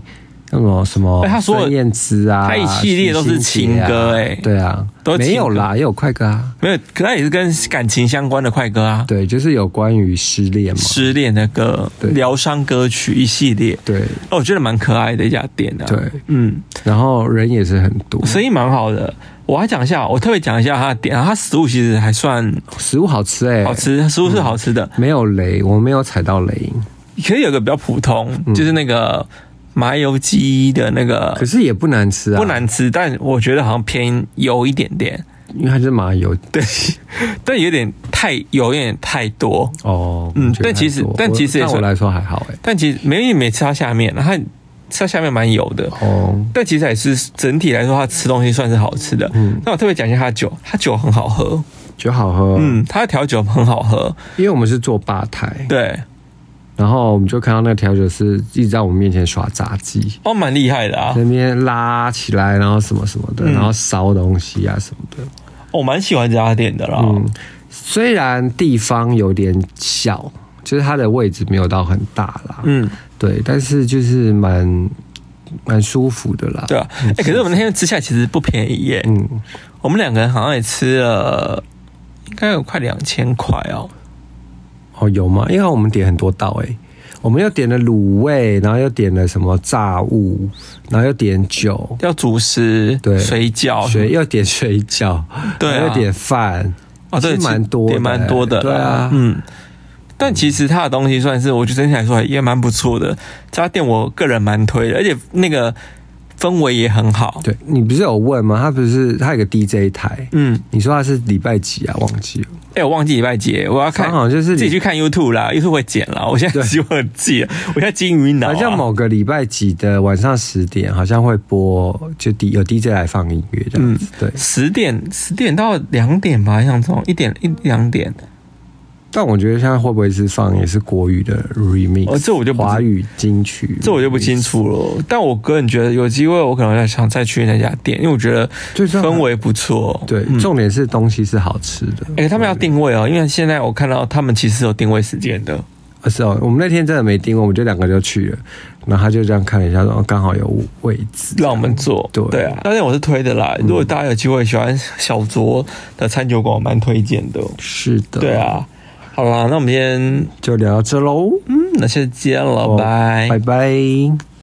[SPEAKER 3] 那么什么
[SPEAKER 1] 哎他说
[SPEAKER 3] 孙燕姿啊，
[SPEAKER 1] 他一系列都是情歌
[SPEAKER 3] 徐
[SPEAKER 1] 哎
[SPEAKER 3] 欣洁啊对啊，
[SPEAKER 1] 都是情歌
[SPEAKER 3] 没有啦，也有快歌啊。
[SPEAKER 1] 没有，可它也是跟感情相关的快歌啊，
[SPEAKER 3] 对，就是有关于失恋嘛。
[SPEAKER 1] 失恋的歌、
[SPEAKER 3] 对
[SPEAKER 1] 疗伤歌曲一系列。
[SPEAKER 3] 对，
[SPEAKER 1] 哦，我觉得蛮可爱的一家店啊。
[SPEAKER 3] 对
[SPEAKER 1] 嗯，
[SPEAKER 3] 然后人也是很多，
[SPEAKER 1] 生意蛮好的。我还讲一下，我特别讲一下它的点，啊它食物其实还算
[SPEAKER 3] 食物好吃哎、
[SPEAKER 1] 好吃，食物是好吃的，
[SPEAKER 3] 没有雷，我没有踩到雷，
[SPEAKER 1] 可是有个比较普通，就是那个麻油鸡的那个
[SPEAKER 3] 嗯可是也不难吃啊，
[SPEAKER 1] 不，难吃，但我觉得好像偏油一点点，
[SPEAKER 3] 因为它是麻油
[SPEAKER 1] 对，但有点太油，有点太多。
[SPEAKER 3] 哦。
[SPEAKER 1] 嗯
[SPEAKER 3] 我觉得
[SPEAKER 1] 但其实
[SPEAKER 3] 还多
[SPEAKER 1] 但
[SPEAKER 3] 我
[SPEAKER 1] 其实也
[SPEAKER 3] 对我
[SPEAKER 1] 算
[SPEAKER 3] 来说还好哎、
[SPEAKER 1] 但其实没有没吃到下面，啊它吃到下面蛮油的。
[SPEAKER 3] 哦，
[SPEAKER 1] 但其实也是整体来说，它吃东西算是好吃的。
[SPEAKER 3] 嗯
[SPEAKER 1] 那我特别讲一下它的酒，它酒很好喝，
[SPEAKER 3] 酒好喝，嗯，
[SPEAKER 1] 嗯，它的调酒很好喝，
[SPEAKER 3] 因为我们是坐吧台，
[SPEAKER 1] 对，
[SPEAKER 3] 然后我们就看到那个调酒师一直在我们面前耍杂技，
[SPEAKER 1] 哦，蛮厉害的啊，
[SPEAKER 3] 在那边拉起来，然后什么什么的，然后烧东西啊什么的。
[SPEAKER 1] 哦我蛮喜欢这家店的啦。
[SPEAKER 3] 嗯，虽然地方有点小，就是它的位置没有到很大啦，
[SPEAKER 1] 嗯，
[SPEAKER 3] 对，但是就是蛮蛮舒服的啦。
[SPEAKER 1] 对啊，哎、可是我们那天吃下来其实不便宜耶，
[SPEAKER 3] 嗯，
[SPEAKER 1] 我们两个人好像也吃了，应该有快两千块哦。
[SPEAKER 3] 哦，有吗？因为我们点很多道诶、欸我们又点了卤味，然后又点了什么炸物，然后又点酒，
[SPEAKER 1] 要主食，
[SPEAKER 3] 对
[SPEAKER 1] 水饺，
[SPEAKER 3] 水又点水饺，
[SPEAKER 1] 哦对啊
[SPEAKER 3] 然后又点饭，
[SPEAKER 1] 哦，对，
[SPEAKER 3] 其实蛮多的欸
[SPEAKER 1] 也蛮多的，
[SPEAKER 3] 对啊
[SPEAKER 1] 嗯。但其实它的东西算是，我觉得整体来说也蛮不错的。这家店我个人蛮推的，而且那个氛围也很好。，
[SPEAKER 3] 对你不是有问吗？他不是他有个 DJ 台，
[SPEAKER 1] 嗯，
[SPEAKER 3] 你说他是礼拜几啊？忘记了。
[SPEAKER 1] 哎、我忘记礼拜几，我要看，
[SPEAKER 3] 刚好就是
[SPEAKER 1] 自己
[SPEAKER 3] 礼
[SPEAKER 1] 去看 YouTube 啦，YouTube 会剪啦。我现在
[SPEAKER 3] 对
[SPEAKER 1] 希望记，我现在金鱼脑、啊，
[SPEAKER 3] 好像某个礼拜几的晚上十点，好像会播，就 D 有 DJ 来放音乐这样
[SPEAKER 1] 嗯
[SPEAKER 3] 子。对，
[SPEAKER 1] 十点十点到两点吧，印象中一点一两点。
[SPEAKER 3] 但我觉得现在会不会是放也是国语的 remix？、
[SPEAKER 1] 哦这我就不知
[SPEAKER 3] 华语金曲，
[SPEAKER 1] 这我就不清。楚了。但我个人觉得有机会，我可能要想再去那家店，因为我觉得
[SPEAKER 3] 就是要
[SPEAKER 1] 氛围不错。
[SPEAKER 3] 对，
[SPEAKER 1] 嗯
[SPEAKER 3] 重点是东西是好吃的。
[SPEAKER 1] 哎、他们要定位哦，因为现在我看到他们其实有定位时间的。
[SPEAKER 3] 啊是哦，我们那天真的没定，我们就两个就去了，然后他就这样看了一下，然后刚好有位置，
[SPEAKER 1] 让我们做，
[SPEAKER 3] 对嗯
[SPEAKER 1] 啊，当然我是推的啦。如果大家有机会喜欢小酌的餐酒馆，我蛮推荐的。
[SPEAKER 3] 是的，
[SPEAKER 1] 对，啊，好啦，那我们今天
[SPEAKER 3] 就聊到这喽，
[SPEAKER 1] 嗯，那先见了，
[SPEAKER 3] 拜拜。